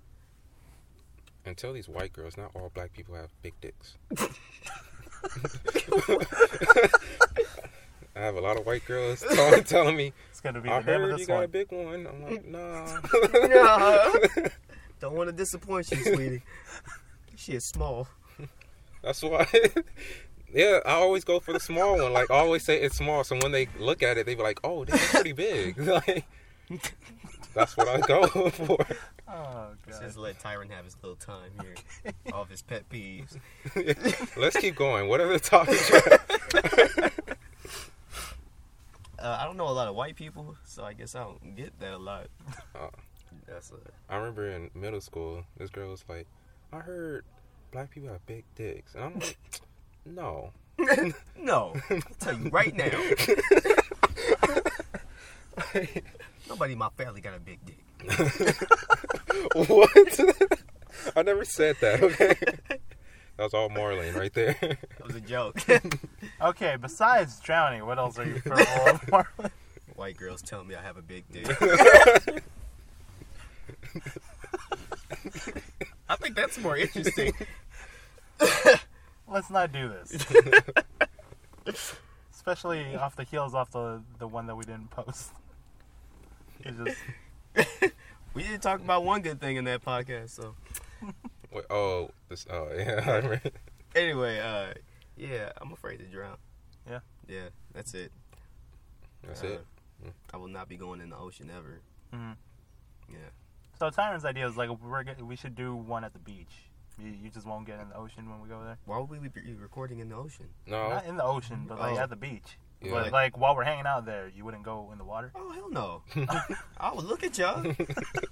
Speaker 1: And tell these white girls not all black people have big dicks. I have a lot of white girls tell- telling me,
Speaker 3: It's gonna be
Speaker 1: I
Speaker 3: the name of
Speaker 1: heard you
Speaker 3: this
Speaker 1: got a
Speaker 3: one.
Speaker 1: big one. I'm like, nah.
Speaker 2: Don't want to disappoint you, sweetie. she is small.
Speaker 1: That's why. yeah, I always go for the small one. Like, I always say it's small. So when they look at it, they be like, oh, this is pretty big. like, That's what I go for.
Speaker 3: Oh
Speaker 2: Let's
Speaker 3: god.
Speaker 2: just let Tyron have his little time here. All of his pet peeves.
Speaker 1: Let's keep going. What are the topics?
Speaker 2: Uh, I don't know a lot of white people, so I guess I don't get that a lot. Uh.
Speaker 1: Oh.
Speaker 2: That's a,
Speaker 1: I remember in middle school, this girl was like, "I heard black people have big dicks," and I'm like, "No."
Speaker 2: No, I'll tell you right now. Nobody in my family got a big dick.
Speaker 1: what? I never said that. Okay. That was all Marlene right there.
Speaker 2: It was a joke.
Speaker 3: Okay, besides drowning, what else are you purple for?
Speaker 2: White girls tell me I have a big dick. I think that's more interesting.
Speaker 3: Let's not do this. Especially off the heels off the the one that we didn't post. It's just
Speaker 2: We did talk about one good thing in that podcast, so
Speaker 1: Wait, oh, this. Oh, yeah. I remember.
Speaker 2: anyway, uh, yeah, I'm afraid to drown.
Speaker 3: Yeah.
Speaker 2: Yeah, that's it.
Speaker 1: That's
Speaker 2: Uh,
Speaker 1: it.
Speaker 2: I will not be going in the ocean ever.
Speaker 3: mhm.
Speaker 2: Yeah.
Speaker 3: so. Tyron's idea is like we're g- we should do one at the beach. You, you just won't get in the ocean when we go there.
Speaker 2: Why would we be recording in the ocean?
Speaker 1: No.
Speaker 3: Not in the ocean, but like
Speaker 2: Oh.
Speaker 3: at the beach.
Speaker 1: Yeah.
Speaker 3: But like while we're hanging out there, you wouldn't go in the water.
Speaker 2: Oh hell no! I would look at y'all.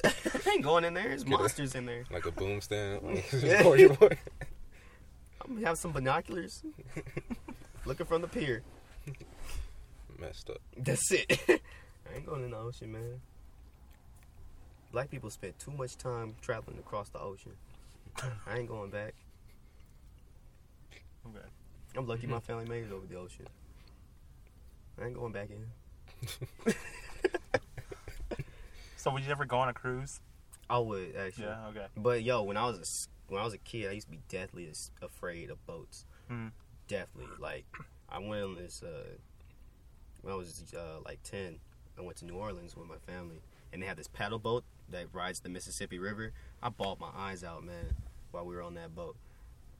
Speaker 2: I ain't going in there. There's
Speaker 1: Get it.
Speaker 2: monsters in there.
Speaker 1: Like a boom stand. Like,
Speaker 2: Yeah.
Speaker 1: for your boy.
Speaker 2: I'm gonna have some binoculars. Looking from the pier.
Speaker 1: Messed up.
Speaker 2: That's it. I ain't going in the ocean, man. Black people spend too much time traveling across the ocean. I ain't going back.
Speaker 3: I'm good.
Speaker 2: I'm lucky my family made it over the ocean. I ain't going back in.
Speaker 3: So would you ever go on a cruise?
Speaker 2: I would actually.
Speaker 3: Yeah. Okay.
Speaker 2: But yo, when I was a, s- when I was a kid, I used to be deathly as- afraid of boats.
Speaker 3: Mm.
Speaker 2: Deathly, like I went on this uh, when I was uh, like ten. I went to New Orleans with my family, and they had this paddle boat that rides the Mississippi River. I bawled my eyes out, man, while we were on that boat.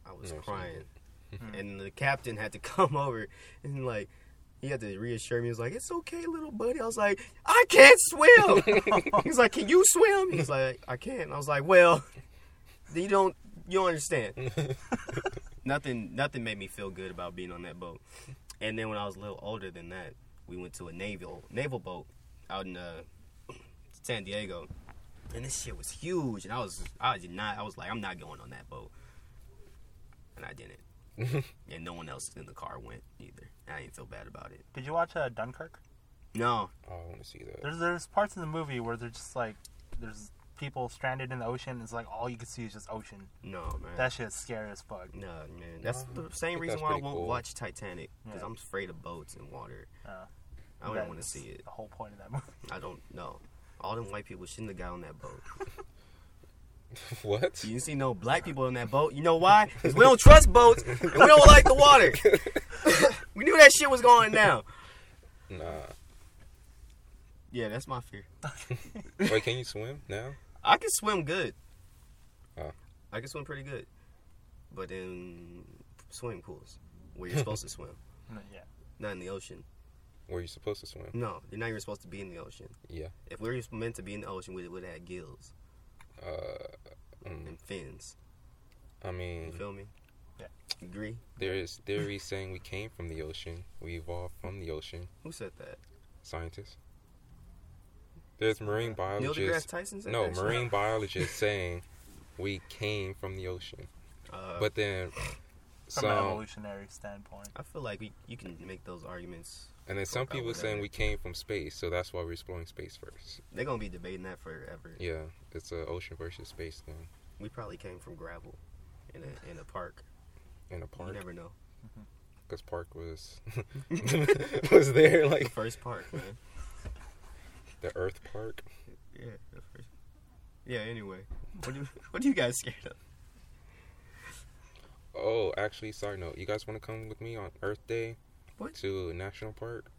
Speaker 2: I was
Speaker 1: Yeah, I seen
Speaker 2: crying,
Speaker 3: Mm.
Speaker 2: and the captain had to come over and like. He had to reassure me. He was like, "It's okay, little buddy." I was like, "I can't swim." He's like, "Can you swim?" He's like, "I can't." I was like, "Well, you don't you don't understand. nothing nothing made me feel good about being on that boat. And then when I was a little older than that, we went to a naval naval boat out in uh, San Diego. And this shit was huge and I was I did not I was like I'm not going on that boat. And I didn't. and no one else in the car went either. And I didn't feel bad about it.
Speaker 3: Did you watch uh, Dunkirk?
Speaker 2: No.
Speaker 1: Oh, I want to see that.
Speaker 3: There's there's parts in the movie where they're just like there's people stranded in the ocean. It's like all you can see is just ocean.
Speaker 2: No, man.
Speaker 3: That shit's scary as fuck.
Speaker 2: no, man. That's the
Speaker 1: think
Speaker 2: same reason
Speaker 1: that's
Speaker 2: why I
Speaker 1: pretty
Speaker 2: won't
Speaker 1: cool.
Speaker 2: watch Titanic because
Speaker 3: Yeah.
Speaker 2: I'm afraid of boats and water.
Speaker 3: Uh,
Speaker 2: I don't
Speaker 3: that
Speaker 2: want to
Speaker 3: is
Speaker 2: see it.
Speaker 3: The whole point of that movie.
Speaker 2: I don't know. All them white people shouldn't have got on that boat.
Speaker 1: what?
Speaker 2: You didn't see no black people on that boat. You know why? Because we don't trust boats and we don't like the water. we knew that shit was going down.
Speaker 1: Nah.
Speaker 2: Yeah, that's my fear.
Speaker 1: Wait, can you swim now?
Speaker 2: I can swim good.
Speaker 1: Oh.
Speaker 2: I can swim pretty good. But in swimming pools where you're supposed to swim,
Speaker 3: No, yeah.
Speaker 2: not in the ocean.
Speaker 1: Where you supposed to swim?
Speaker 2: No, you're not even supposed to be in the ocean.
Speaker 1: Yeah.
Speaker 2: If we were meant to be in the ocean, we would have had gills
Speaker 1: Uh, mm,
Speaker 2: and fins.
Speaker 1: I
Speaker 2: You
Speaker 1: mean,
Speaker 2: feel me?
Speaker 3: Yeah.
Speaker 2: Agree?
Speaker 1: there is theories saying we came from the ocean. We evolved from the ocean.
Speaker 2: Who said that?
Speaker 1: Scientists. There's marine
Speaker 2: Neil deGrasse
Speaker 1: biologists.
Speaker 2: Tyson said
Speaker 1: No,
Speaker 2: that shit?
Speaker 1: marine biologists saying we came from the ocean.
Speaker 2: Uh,
Speaker 1: But then
Speaker 3: From an
Speaker 1: some,
Speaker 3: evolutionary standpoint.
Speaker 2: I feel like we, you can make those arguments.
Speaker 1: and then some
Speaker 2: about
Speaker 1: people saying
Speaker 2: whatever.
Speaker 1: we came from space, so that's why we're exploring space first.
Speaker 2: They're gonna be debating that forever.
Speaker 1: Yeah, it's a ocean versus space thing
Speaker 2: We probably came from gravel in a in a park.
Speaker 1: in a
Speaker 2: You
Speaker 1: park
Speaker 2: never know.
Speaker 1: because park was was there
Speaker 2: The
Speaker 1: like
Speaker 2: first park, man.
Speaker 1: the Earth Park.
Speaker 2: Yeah, the first. Yeah. Anyway, what do what are you guys scared of?
Speaker 1: Oh, actually, side note, you guys want to come with me on Earth Day
Speaker 2: What?
Speaker 1: to a national park?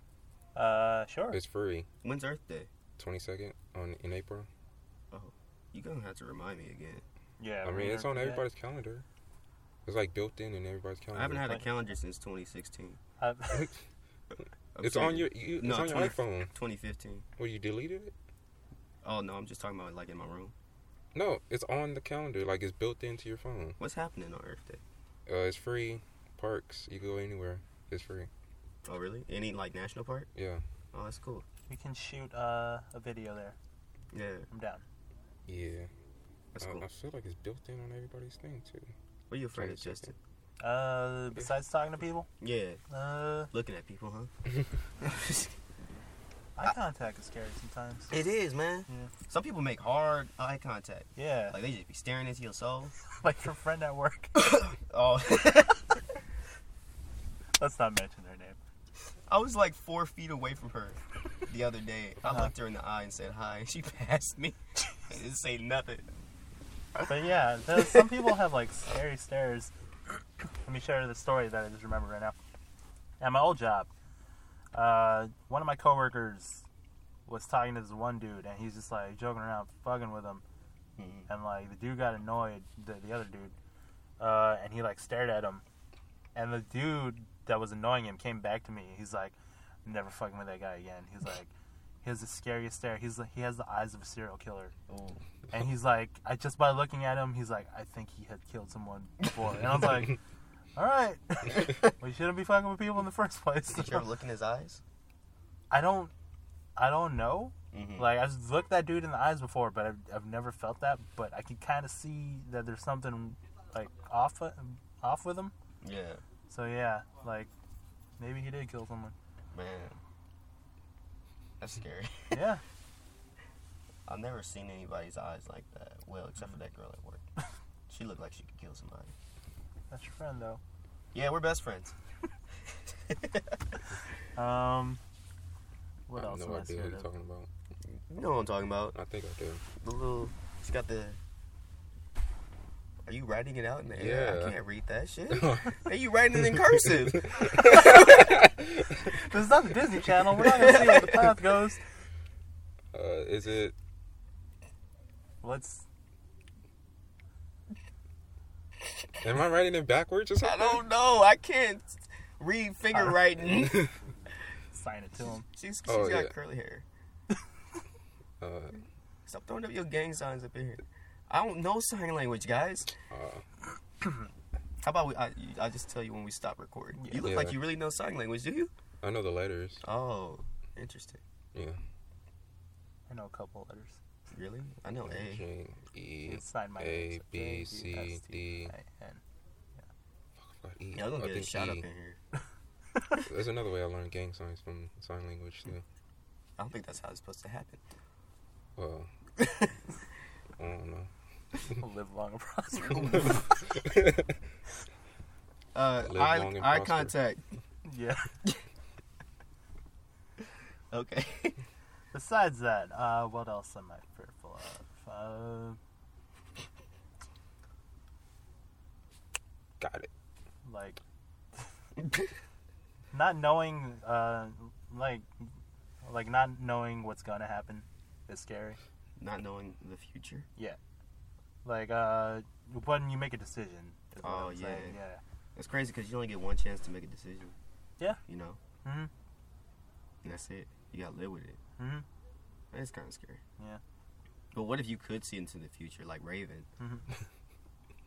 Speaker 3: Uh, sure.
Speaker 1: It's free,
Speaker 2: When's Earth Day?
Speaker 1: twenty second on in April.
Speaker 2: You gonna have to remind me again.
Speaker 3: Yeah.
Speaker 1: I mean,
Speaker 3: we
Speaker 1: it's
Speaker 3: are-
Speaker 1: on
Speaker 3: yeah.
Speaker 1: everybody's calendar. It's like built in in everybody's calendar.
Speaker 2: I haven't had a
Speaker 3: Like-
Speaker 2: calendar since 2016.
Speaker 3: Uh,
Speaker 2: I'm
Speaker 1: It's
Speaker 2: serious.
Speaker 1: on your. You, it's
Speaker 2: No,
Speaker 1: on your
Speaker 2: 20
Speaker 1: iPhone.
Speaker 2: 2015.
Speaker 1: Well, you deleted it.
Speaker 2: Oh no, I'm just talking about like in my room.
Speaker 1: No, it's on the calendar. Like it's built into your phone.
Speaker 2: What's happening on Earth Day?
Speaker 1: Uh, it's free. Parks, you go anywhere. It's free.
Speaker 2: Oh really? Any like national park?
Speaker 1: Yeah.
Speaker 2: Oh, that's cool.
Speaker 3: We can shoot uh, a video there.
Speaker 2: Yeah,
Speaker 3: I'm down.
Speaker 1: Yeah.
Speaker 2: that's
Speaker 1: I,
Speaker 2: cool.
Speaker 1: I feel like it's built in on everybody's thing too.
Speaker 2: What are you afraid
Speaker 1: I
Speaker 2: of,
Speaker 1: see.
Speaker 2: Justin?
Speaker 3: Uh, besides talking to people,
Speaker 2: Yeah,
Speaker 3: uh,
Speaker 2: looking at people, huh?
Speaker 3: eye contact is scary sometimes.
Speaker 2: it is, man.
Speaker 3: Yeah.
Speaker 2: Some people make hard eye contact.
Speaker 3: Yeah,
Speaker 2: Like they just be staring into your soul.
Speaker 3: like your friend at work.
Speaker 2: Oh,
Speaker 3: Let's not mention their name.
Speaker 2: I was like four feet away from her the other day. I
Speaker 3: Uh-huh.
Speaker 2: looked her in the eye and said hi, and she passed me. I didn't say nothing.
Speaker 3: But yeah, there's- some people have like scary stares. Let me share the story that I just remember right now. At my old job, uh, one of my coworkers was talking to this one dude, and he's just like joking around, fucking with him,
Speaker 2: Mhm.
Speaker 3: and like the dude got annoyed, the, the other dude, uh, and he like stared at him, and the dude that was annoying him came back to me. He's like, "I'm "Never fucking with that guy again." He's like, "He has the scariest stare. He's he has the eyes of a serial killer."
Speaker 2: Oh,
Speaker 3: And he's like, I just by looking at him, he's like, I think he had killed someone before. And I was like, all right, we shouldn't be fucking with people in the first place.
Speaker 2: did you ever look in his eyes?
Speaker 3: I don't, I don't know.
Speaker 2: Mhm.
Speaker 3: Like I've looked that dude in the eyes before, but I've, I've never felt that. But I can kind of see that there's something like off, off with him.
Speaker 2: Yeah,
Speaker 3: So yeah, like maybe he did kill someone.
Speaker 2: man. That's scary.
Speaker 3: Yeah,
Speaker 2: I've never seen anybody's eyes like that. Well, except for that girl at work. She looked like she could kill somebody.
Speaker 3: that's your friend though.
Speaker 2: Yeah, we're best friends.
Speaker 3: Um, what
Speaker 1: I
Speaker 3: else?
Speaker 1: have no
Speaker 3: am I
Speaker 1: idea what
Speaker 3: scared
Speaker 1: you're
Speaker 3: of?
Speaker 1: talking about.
Speaker 2: You know what I'm talking about.
Speaker 1: I think I do.
Speaker 2: The little. She got the. Are you writing it out in the air?
Speaker 1: Yeah.
Speaker 2: I can't read that shit. Are you writing it in cursive?
Speaker 3: This is not the Disney Channel. We're not gonna see where the path goes.
Speaker 1: Uh, is it?
Speaker 3: Let's
Speaker 1: Am I writing it backwards or
Speaker 2: I
Speaker 1: something?
Speaker 2: don't know. I can't read finger writing.
Speaker 3: sign it to him.
Speaker 2: She's, she's
Speaker 1: Oh,
Speaker 2: got
Speaker 1: yeah.
Speaker 2: curly hair.
Speaker 1: Uh,
Speaker 2: Stop throwing up your gang signs up in here. I don't know sign language, guys.
Speaker 1: uh,
Speaker 2: How about we? I, you- I just tell you when we stop recording. You look
Speaker 1: Yeah.
Speaker 2: like you really know sign language, do you?
Speaker 1: I know the letters.
Speaker 2: Oh, interesting.
Speaker 1: Yeah.
Speaker 3: I know a couple letters.
Speaker 2: Really? I know A.
Speaker 1: J, E.
Speaker 3: It's signed my
Speaker 1: A,
Speaker 3: name.
Speaker 1: B, C, D. fuck, E.
Speaker 2: Y'all gonna
Speaker 1: I
Speaker 2: get a
Speaker 1: think
Speaker 2: shot up
Speaker 1: E.
Speaker 2: in here.
Speaker 1: There's another way I learned gang signs from sign language too.
Speaker 2: I don't think that's how it's supposed to happen.
Speaker 1: Well, I don't know.
Speaker 3: Live long and prosper.
Speaker 2: Uh,
Speaker 1: Live long
Speaker 2: eye,
Speaker 1: and
Speaker 2: eye
Speaker 1: prosper.
Speaker 2: contact.
Speaker 3: yeah.
Speaker 2: Okay.
Speaker 3: Besides that, uh, what else am I fearful of? Uh,
Speaker 1: Got it.
Speaker 3: like not knowing, uh, like, like not knowing what's gonna happen is scary.
Speaker 2: Not knowing the future.
Speaker 3: Like, uh, when you make a decision. Is what
Speaker 2: Oh,
Speaker 3: I'm
Speaker 2: yeah.
Speaker 3: Saying. Yeah.
Speaker 2: It's crazy because you only get one chance to make a decision.
Speaker 3: Yeah.
Speaker 2: You know,
Speaker 3: Mhm.
Speaker 2: and that's it. You gotta live with it.
Speaker 3: Mhm.
Speaker 2: That's kind of scary.
Speaker 3: Yeah.
Speaker 2: But what if you could see into the future, like Raven?
Speaker 3: Mhm.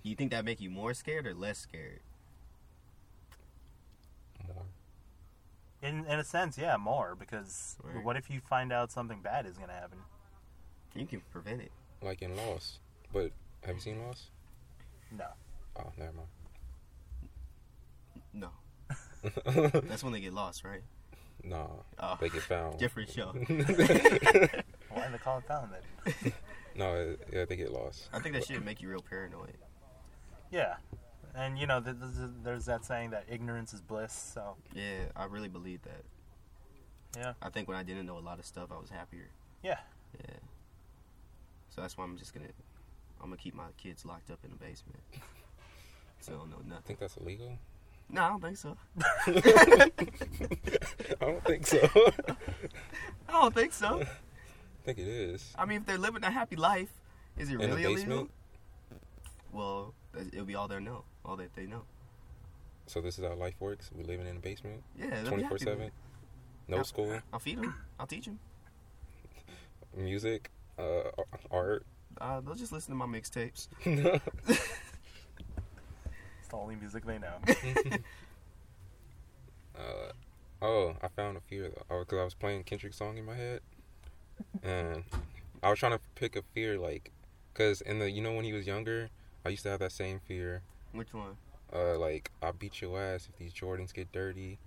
Speaker 2: you think that make you more scared or less scared?
Speaker 1: More.
Speaker 3: In in a sense, yeah, more because
Speaker 2: Right.
Speaker 3: what if you find out something bad is gonna happen?
Speaker 2: You can prevent it.
Speaker 1: Like in Lost. But have you seen Lost?
Speaker 3: No.
Speaker 1: Oh, never mind.
Speaker 2: No, that's when they get lost, right?
Speaker 1: nah,
Speaker 2: Oh.
Speaker 1: they get found.
Speaker 2: Different show.
Speaker 3: Why did they call it found then?
Speaker 1: No, uh, yeah, they get lost.
Speaker 2: I think that should make you real paranoid.
Speaker 3: Yeah, and you know, th- th- th- there's that saying that ignorance is bliss. So
Speaker 2: Yeah, I really believe that.
Speaker 3: Yeah.
Speaker 2: I think when I didn't know a lot of stuff, I was happier.
Speaker 3: Yeah.
Speaker 2: Yeah. So that's why I'm just gonna, I'm gonna keep my kids locked up in the basement. So they don't know
Speaker 1: I
Speaker 2: nothing.
Speaker 1: think that's illegal.
Speaker 2: No, I don't think so.
Speaker 1: I don't think so. I
Speaker 2: I don't think so.
Speaker 1: think it is.
Speaker 2: I mean, if they're living a happy life, is it
Speaker 1: In the
Speaker 2: really illegal?
Speaker 1: basement.
Speaker 2: Well, it'll be all they know, all that they know.
Speaker 1: So this is how life works. We're living in the basement,
Speaker 2: Yeah, they'll be
Speaker 1: twenty
Speaker 2: happy
Speaker 1: four
Speaker 2: with
Speaker 1: seven.
Speaker 2: it.
Speaker 1: No
Speaker 2: I'll-
Speaker 1: school,
Speaker 2: I'll feed them. I'll teach them.
Speaker 1: music. uh, art.
Speaker 2: Uh, they'll just listen to my mixtapes.
Speaker 3: It's the only music they know.
Speaker 1: Uh, oh, I found a fear though. Oh, because I was playing Kendrick's song in my head, and I was trying to pick a fear like, because in the you know when he was younger, I used to have that same fear.
Speaker 2: Which one?
Speaker 1: Uh, like I'll beat your ass if these Jordans get dirty.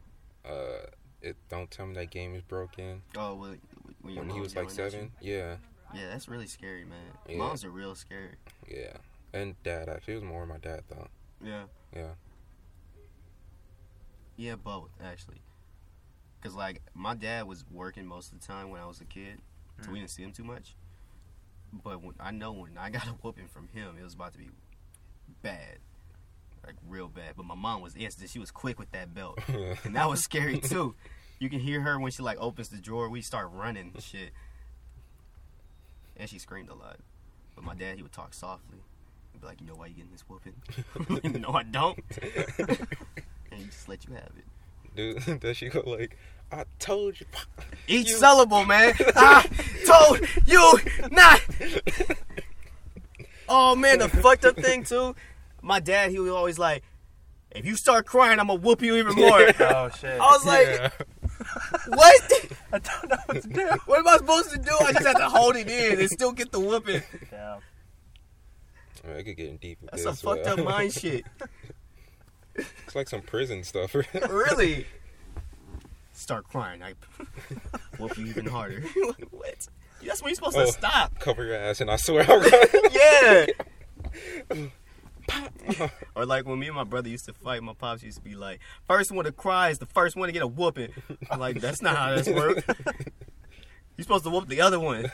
Speaker 1: Uh, it don't tell me that game is broken.
Speaker 2: Oh, well, when, your
Speaker 1: When he
Speaker 2: mom's
Speaker 1: was like
Speaker 2: yelling at
Speaker 1: seven, yeah,
Speaker 2: you? Yeah, that's really scary, man.
Speaker 1: Yeah.
Speaker 2: Moms are real scary.
Speaker 1: yeah, and dad actually it was more my dad though.
Speaker 2: Yeah.
Speaker 1: Yeah.
Speaker 2: Yeah, both actually. Cause like my dad was working most of the time when I was a kid, so we didn't see him too much. But when I know when I got a whooping from him, it was about to be bad, like real bad. But my mom was instant; she was quick with that belt, and that was scary too. You can hear her when she like opens the drawer. We start running and shit, and she screamed a lot. But my dad, he would talk softly. He'd be like, "You know why you getting this whooping? no, I don't." and he just let you have it.
Speaker 1: Dude, then she go like, I told you.
Speaker 2: Each
Speaker 1: You-
Speaker 2: syllable, man. I told you not. Oh man, the fucked up thing too. My dad, he was always like, "If you start crying, I'm gonna whoop you even more." I
Speaker 3: Oh shit!
Speaker 2: was like,
Speaker 1: Yeah.
Speaker 2: "What?
Speaker 3: I don't know what to do.
Speaker 2: What am I supposed to do? I just have to hold it in and still get the whooping."
Speaker 3: Damn.
Speaker 1: Man, it could get deep. with
Speaker 2: That's
Speaker 1: this,
Speaker 2: some fucked
Speaker 1: but-
Speaker 2: up mind shit.
Speaker 1: It's like some prison stuff.
Speaker 2: Er. Really. Start crying, I whoop you even harder. what? That's when you're supposed
Speaker 1: Oh.
Speaker 2: to stop.
Speaker 1: Cover your ass, and I swear I'll run.
Speaker 2: Yeah. or like when me and my brother used to fight, my pops used to be like, first one to cry is the first one to get a whooping. I'm like, that's not how this works. You're supposed to whoop the other one.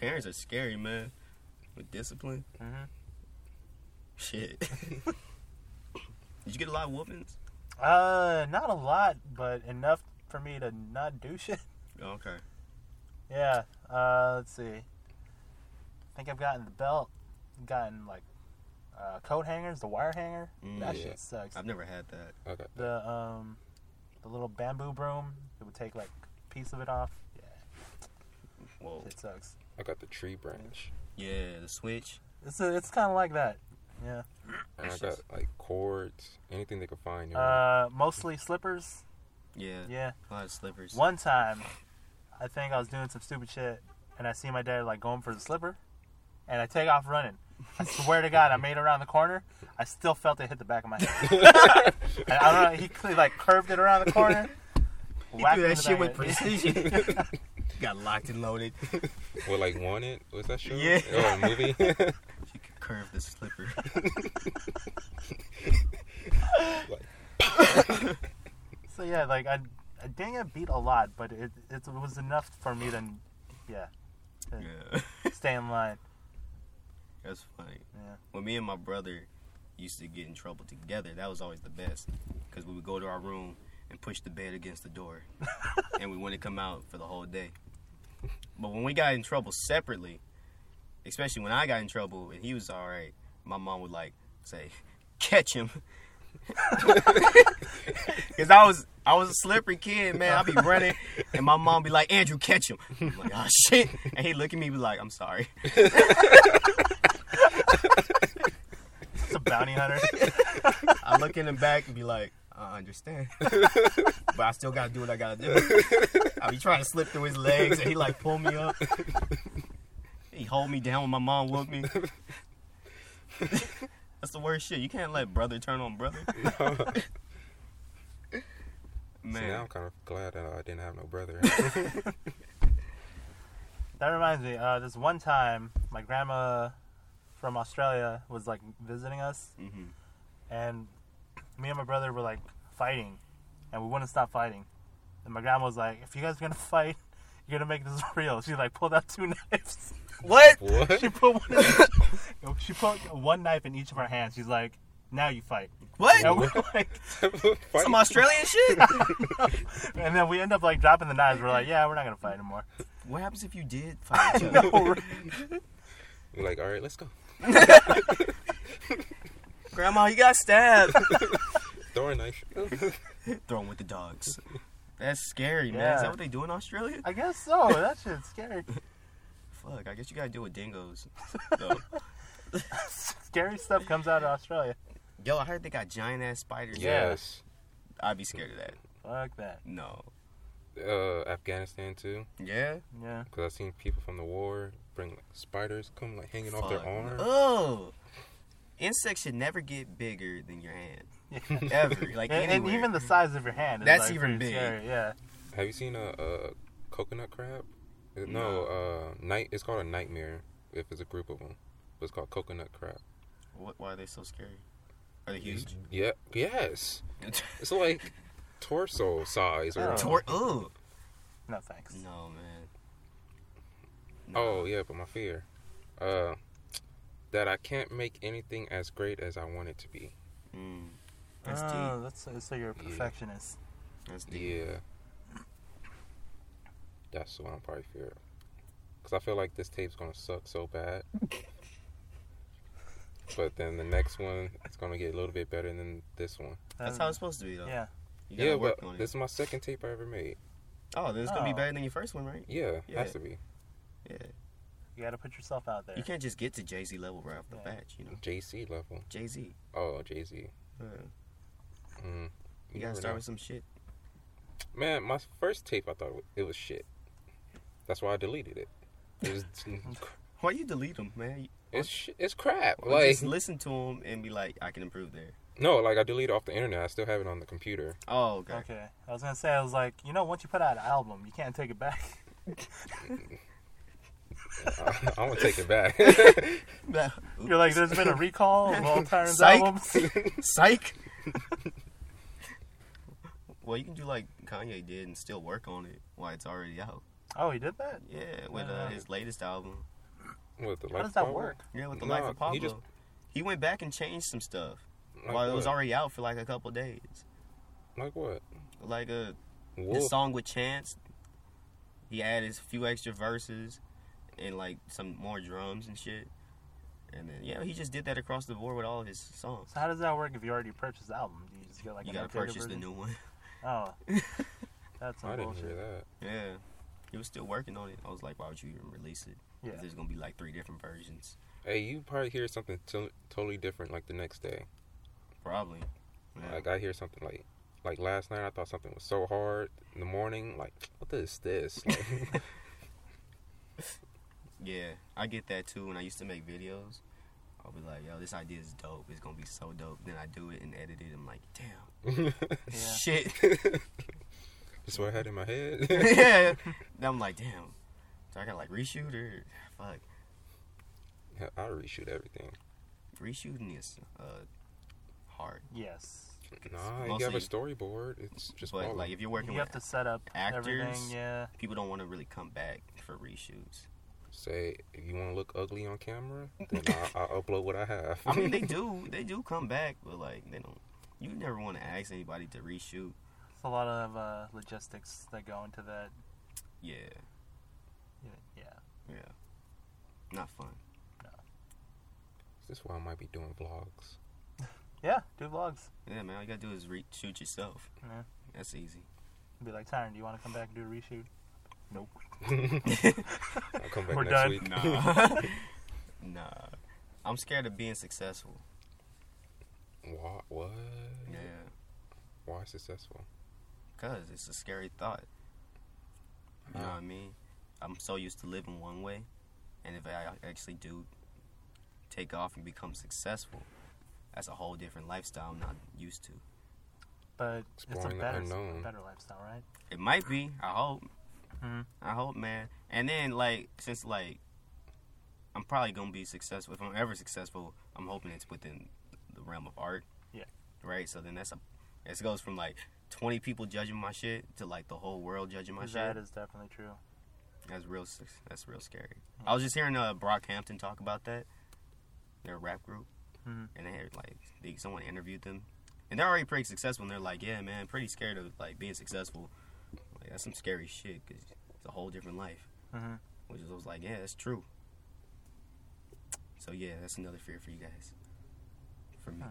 Speaker 2: Parents are scary, man. With discipline.
Speaker 3: Mhm.
Speaker 2: Shit. Did you get a lot of whoopings?
Speaker 3: Uh, not a lot, but enough for me to not do shit.
Speaker 2: Oh, okay.
Speaker 3: Yeah. Uh, let's see. I think I've gotten the belt, gotten like uh, coat hangers, the wire hanger.
Speaker 2: Mm,
Speaker 3: that
Speaker 1: yeah.
Speaker 3: shit sucks.
Speaker 2: I've never had that.
Speaker 1: okay.
Speaker 3: The um, the little bamboo broom that would take like a piece of it off. Yeah,
Speaker 2: Whoa.
Speaker 3: it sucks.
Speaker 1: I got the tree branch.
Speaker 2: Yeah, the switch.
Speaker 3: It's a, it's kind of like that. Yeah.
Speaker 1: And I got like cords, anything they could find. you know.
Speaker 3: Uh, mostly slippers.
Speaker 2: Yeah.
Speaker 3: Yeah.
Speaker 2: A lot of slippers.
Speaker 3: One time, I think I was doing some stupid shit, and I see my dad like going for the slipper, and I take off running. I swear to God, I made it around the corner. I still felt it hit the back of my head. and I don't know. He cl- like curved it around the corner.
Speaker 2: He
Speaker 3: whacked
Speaker 2: threw
Speaker 3: me in
Speaker 2: that
Speaker 3: the
Speaker 2: shit with
Speaker 3: back of the-
Speaker 2: precision. Got locked and loaded.
Speaker 1: Well, like wanted was that show?
Speaker 2: Yeah.
Speaker 1: Oh, a movie. like,
Speaker 2: She could curve the slipper.
Speaker 3: So yeah, like I, I didn't get beat a lot, but it it was enough for me to, yeah, to
Speaker 2: yeah.
Speaker 3: stay in line.
Speaker 2: That's funny.
Speaker 3: Yeah.
Speaker 2: When me and my brother used to get in trouble together, that was always the best. Because we would go to our room and push the bed against the door. and we wouldn't come out for the whole day. But when we got in trouble separately, especially when I got in trouble and he was all right, my mom would like say, "Catch him," because I was I was a slippery kid, man. I'd be running, and my mom be like, "Andrew, catch him." I'm like, "Oh shit!" And he look at me, be like, "I'm sorry."
Speaker 3: It's a bounty hunter.
Speaker 2: I look in the back and be like, "I understand," but I still gotta do what I gotta do. I be trying to slip through his legs, and he like pull me up. He hold me down when my mom whoop me. That's the worst shit. You can't let brother turn on brother.
Speaker 1: See, now I'm
Speaker 2: Man,
Speaker 1: kind of glad that I didn't have no brother.
Speaker 3: That reminds me, uh, this one time, my grandma from Australia was like visiting us,
Speaker 2: Mhm.
Speaker 3: and me and my brother were like fighting, and we wouldn't stop fighting. And my grandma was like, "If you guys are gonna fight, you're gonna make this real." She like pulled out two knives.
Speaker 2: what?
Speaker 1: what?
Speaker 3: she put one. In each, she put one knife in each of our hands. She's like, "Now you fight." And
Speaker 2: What?
Speaker 3: we're like,
Speaker 1: Fight?
Speaker 2: Some Australian shit.
Speaker 3: and then we end up like dropping the knives. We're like, "Yeah, we're not gonna fight anymore."
Speaker 2: what happens if you did fight? each other?
Speaker 3: No,
Speaker 1: We're like, all right, let's go.
Speaker 2: Grandma, you got stabbed.
Speaker 1: Throw a knife.
Speaker 2: Thrown with the dogs. That's scary, man. Is
Speaker 3: Yeah.
Speaker 2: that what they do in Australia?
Speaker 3: I guess so. That shit's scary.
Speaker 2: Fuck, I guess you gotta deal with dingoes. though.
Speaker 3: scary stuff comes out of Australia.
Speaker 2: Yo, I heard they got giant ass spiders.
Speaker 1: Yes.
Speaker 2: I'd be scared of that.
Speaker 3: Fuck that.
Speaker 2: No.
Speaker 1: Uh, Afghanistan too,
Speaker 2: Yeah?
Speaker 3: Yeah.
Speaker 1: because I've seen people from the war bring like, spiders come like hanging off their
Speaker 2: Fuck.
Speaker 1: arm.
Speaker 2: Oh! Insects should never get bigger than your hand. Ever. Like,
Speaker 3: and, and
Speaker 2: anywhere.
Speaker 3: even the size of your hand. Is
Speaker 2: That's
Speaker 3: like,
Speaker 2: even
Speaker 3: pretty
Speaker 2: big.
Speaker 3: Scary. Yeah.
Speaker 1: Have you seen a, a coconut crab? Uh, No,
Speaker 2: No.
Speaker 1: uh, night. It's called a nightmare if it's a group of them. But it's called coconut crab.
Speaker 2: What, why are they so scary? Are they huge?
Speaker 1: Yeah. Yes. It's like torso size or.
Speaker 3: Oh.
Speaker 2: Tor- Ooh.
Speaker 3: No thanks.
Speaker 2: No, man.
Speaker 1: Oh yeah, but my fear, uh, that I can't make anything as great as I want it to be.
Speaker 2: Mm. That's
Speaker 3: oh,
Speaker 2: deep.
Speaker 3: that's so- so you're a
Speaker 1: Yeah.
Speaker 3: perfectionist.
Speaker 2: That's deep.
Speaker 1: Yeah, that's what I'm probably fear. Cause I feel like this tape's gonna suck so bad. but then the next one, it's gonna get a little bit better than this one.
Speaker 2: That's how it's supposed to be, though.
Speaker 3: Yeah.
Speaker 2: You gotta
Speaker 1: Yeah,
Speaker 2: work
Speaker 1: but
Speaker 2: on it.
Speaker 1: this is my second tape I ever made.
Speaker 2: oh, this is gonna be
Speaker 3: Oh.
Speaker 2: better than your first one, right?
Speaker 1: Yeah,
Speaker 2: Yeah.
Speaker 1: has to be.
Speaker 2: Yeah.
Speaker 3: You got to put yourself out there.
Speaker 2: You can't just get to Jay Z level right off the
Speaker 3: Yeah.
Speaker 2: bat, you know?
Speaker 1: JC level.
Speaker 2: Jay Z.
Speaker 1: Oh, Jay Z. Mm.
Speaker 2: You gotta start with some shit.
Speaker 1: Man, my first tape, I thought wa- it was shit. That's why I deleted it. It was,
Speaker 2: Why you delete them, man?
Speaker 1: it's sh- it's crap.
Speaker 2: Or
Speaker 1: Like
Speaker 2: just listen to them and be like, I can improve there.
Speaker 1: no, like I deleted off the internet. I still have it on the computer.
Speaker 2: Oh, okay.
Speaker 3: Okay. I was gonna say I was like, you know, once you put out an album, you can't take it back.
Speaker 1: I, I'm gonna take it back.
Speaker 3: You're like, there's been a recall of all Tyron's
Speaker 2: Psych.
Speaker 3: albums.
Speaker 2: psych. well, you can do like Kanye did and still work on it while it's already out.
Speaker 3: Oh, he did that.
Speaker 2: Yeah, with uh,
Speaker 3: Uh,
Speaker 2: his latest album.
Speaker 1: With the
Speaker 3: How
Speaker 1: Life
Speaker 3: does
Speaker 1: of
Speaker 3: that
Speaker 1: Pablo.
Speaker 3: work?
Speaker 2: Yeah, with the
Speaker 1: No,
Speaker 2: life of Pablo.
Speaker 1: he
Speaker 2: He,
Speaker 1: just-
Speaker 2: went back and changed some stuff
Speaker 1: Like
Speaker 2: while it was
Speaker 1: what?
Speaker 2: already out for like a couple days.
Speaker 1: Like what?
Speaker 2: Like uh, his
Speaker 1: Wolf.
Speaker 2: song with Chance, he added a few extra verses and like some more drums and shit. And then yeah, he just did that across the board with all of his songs.
Speaker 3: So how does that work if you already purchased the album? Do you just get like
Speaker 2: You
Speaker 3: an
Speaker 2: gotta
Speaker 3: updated
Speaker 2: purchase the
Speaker 3: version?
Speaker 2: new one.
Speaker 3: Oh, that's some
Speaker 1: I didn't
Speaker 3: bullshit.
Speaker 1: hear that.
Speaker 2: Yeah. He was still working on it. I was like, why would you even release it?
Speaker 3: Yeah.
Speaker 2: 'Cause There's gonna be like three different versions,
Speaker 1: Hey, you probably hear something to- totally different like the next day.
Speaker 2: probably. Yeah.
Speaker 1: Like Oh, I hear something like, like last night I thought something was so hard. In the morning, like what is this? Like,
Speaker 2: yeah, I get that too. When I used to make videos, I'll be like, yo, this idea is dope. It's gonna be so dope. Then I do it and edit it. I'm like, damn,
Speaker 3: Yeah.
Speaker 2: shit.
Speaker 1: that's what I had in my head.
Speaker 2: yeah. Then I'm like, damn. So I gotta like reshoot or fuck.
Speaker 1: I reshoot everything.
Speaker 2: Reshooting is uh hard.
Speaker 3: Yes.
Speaker 1: Nah, you have a
Speaker 2: mostly-
Speaker 1: storyboard. It's just
Speaker 2: but
Speaker 1: follow.
Speaker 2: like if you're working
Speaker 3: You
Speaker 2: with
Speaker 3: have to set up everything.
Speaker 2: actors.
Speaker 3: Yeah.
Speaker 2: people don't want to really come back for reshoots.
Speaker 1: say if you want to look ugly on camera, then I, I'll upload what I have.
Speaker 2: I mean, they do. They do come back, but like they don't. You never want to ask anybody to reshoot.
Speaker 3: It's a lot of uh, logistics that go into that.
Speaker 2: Yeah,
Speaker 3: Yeah.
Speaker 2: yeah. Not fun.
Speaker 1: this is why I might be doing vlogs.
Speaker 3: Yeah. Do vlogs.
Speaker 2: Yeah, man. All you gotta do is reshoot yourself.
Speaker 3: Yeah.
Speaker 2: That's easy.
Speaker 3: Be like, Tyron, do you want to come back and do a reshoot? Nope.
Speaker 1: I'll come back
Speaker 3: We're
Speaker 1: next
Speaker 3: done.
Speaker 1: week.
Speaker 2: Nah. nah. I'm scared of being successful.
Speaker 1: Why, what?
Speaker 2: Yeah.
Speaker 1: Why successful?
Speaker 2: Cause it's a scary thought. You know
Speaker 1: Yeah.
Speaker 2: what I mean? I'm so used to living one way, and if I actually do take off and become successful, that's a whole different lifestyle I'm not used to.
Speaker 3: But it's
Speaker 1: Exploring
Speaker 3: a
Speaker 1: the
Speaker 3: better,
Speaker 1: unknown.
Speaker 3: better lifestyle, right?
Speaker 2: It might be. I hope.
Speaker 3: Mhm.
Speaker 2: I hope, man. And then, like, since like, I'm probably gonna be successful. If I'm ever successful, I'm hoping it's within the realm of art.
Speaker 3: Yeah.
Speaker 2: Right. So then that's a. It goes from like 20 people judging my shit to like the whole world judging my shit.
Speaker 3: That is definitely true.
Speaker 2: That's real. s- That's real scary. I was just hearing uh, Brockhampton talk about that. They're a rap group,
Speaker 3: Mhm.
Speaker 2: and they had like they, someone interviewed them, and they're already pretty successful. And they're like, "Yeah, man, pretty scared of like being successful. Like that's some scary shit because it's a whole different life."
Speaker 3: Mhm.
Speaker 2: Which is, I was like, "Yeah, that's true." So yeah, that's another fear for you guys. For me,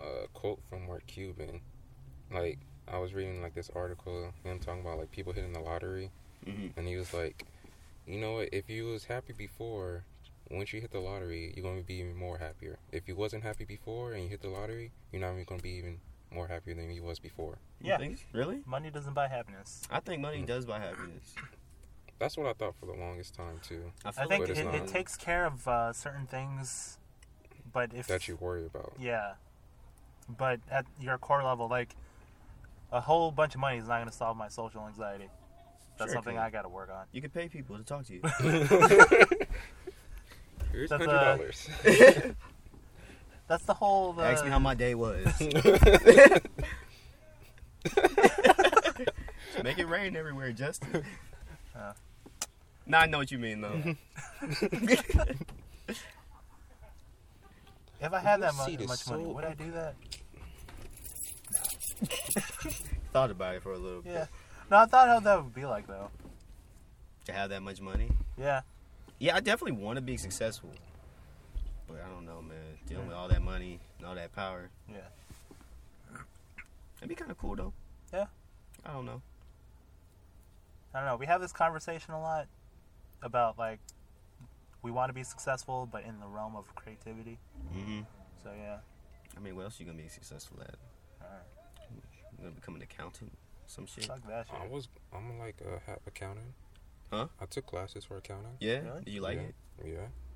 Speaker 1: A quote from Mark Cuban, like I was reading like this article, him talking about like people hitting the lottery,
Speaker 2: Mhm.
Speaker 1: and he was like, you know what? If you was happy before, once you hit the lottery, you're gonna be even more happier. If you wasn't happy before and you hit the lottery, you're not even gonna be even more happier than you was before.
Speaker 2: You
Speaker 3: Yeah.
Speaker 2: think- Really?
Speaker 3: Money doesn't buy happiness.
Speaker 2: I think money does buy happiness.
Speaker 1: That's what I thought for the longest time too.
Speaker 2: feel
Speaker 3: I think
Speaker 1: But
Speaker 3: it,
Speaker 1: it's
Speaker 3: it
Speaker 1: not-
Speaker 3: takes care of uh, certain things, but if
Speaker 1: That you worry about.
Speaker 3: yeah, but at your core level, like a whole bunch of money is not going to solve my social anxiety.
Speaker 2: Sure
Speaker 3: That's
Speaker 2: it
Speaker 3: something
Speaker 2: can.
Speaker 3: I got to work on.
Speaker 2: you can pay people to talk to you.
Speaker 1: Here's
Speaker 3: That's,
Speaker 1: hundred
Speaker 3: uh,
Speaker 1: dollars.
Speaker 3: That's the whole. uh, The,
Speaker 2: Ask me how my day was. Make it rain everywhere, Justin.
Speaker 3: Uh.
Speaker 2: Nah, I know what you mean though.
Speaker 3: if I had that
Speaker 1: Your
Speaker 3: mu-
Speaker 1: seat is
Speaker 3: much money,
Speaker 1: so
Speaker 3: would I do that?
Speaker 2: Thought about it for a little bit.
Speaker 3: Yeah. No, I thought how that would be like though.
Speaker 2: To have that much money.
Speaker 3: Yeah.
Speaker 2: Yeah, I definitely want to be successful. But I don't know, man. Dealing with all that money and all that power.
Speaker 3: Yeah.
Speaker 2: It'd be kind of cool, though.
Speaker 3: Yeah.
Speaker 2: I don't know.
Speaker 3: I don't know. We have this conversation a lot about like we want to be successful, but in the realm of creativity.
Speaker 2: Mm-hmm.
Speaker 3: So yeah.
Speaker 2: I mean, what else you gonna be successful at?
Speaker 3: Alright.
Speaker 2: You gonna become an accountant? Some shit.
Speaker 3: Fuck that
Speaker 1: I
Speaker 3: shit.
Speaker 1: was I'm like a ha- accountant.
Speaker 2: Huh?
Speaker 1: I took classes for accounting.
Speaker 2: Yeah.
Speaker 3: Really?
Speaker 2: Do you like
Speaker 1: Yeah.
Speaker 2: it?
Speaker 1: Yeah.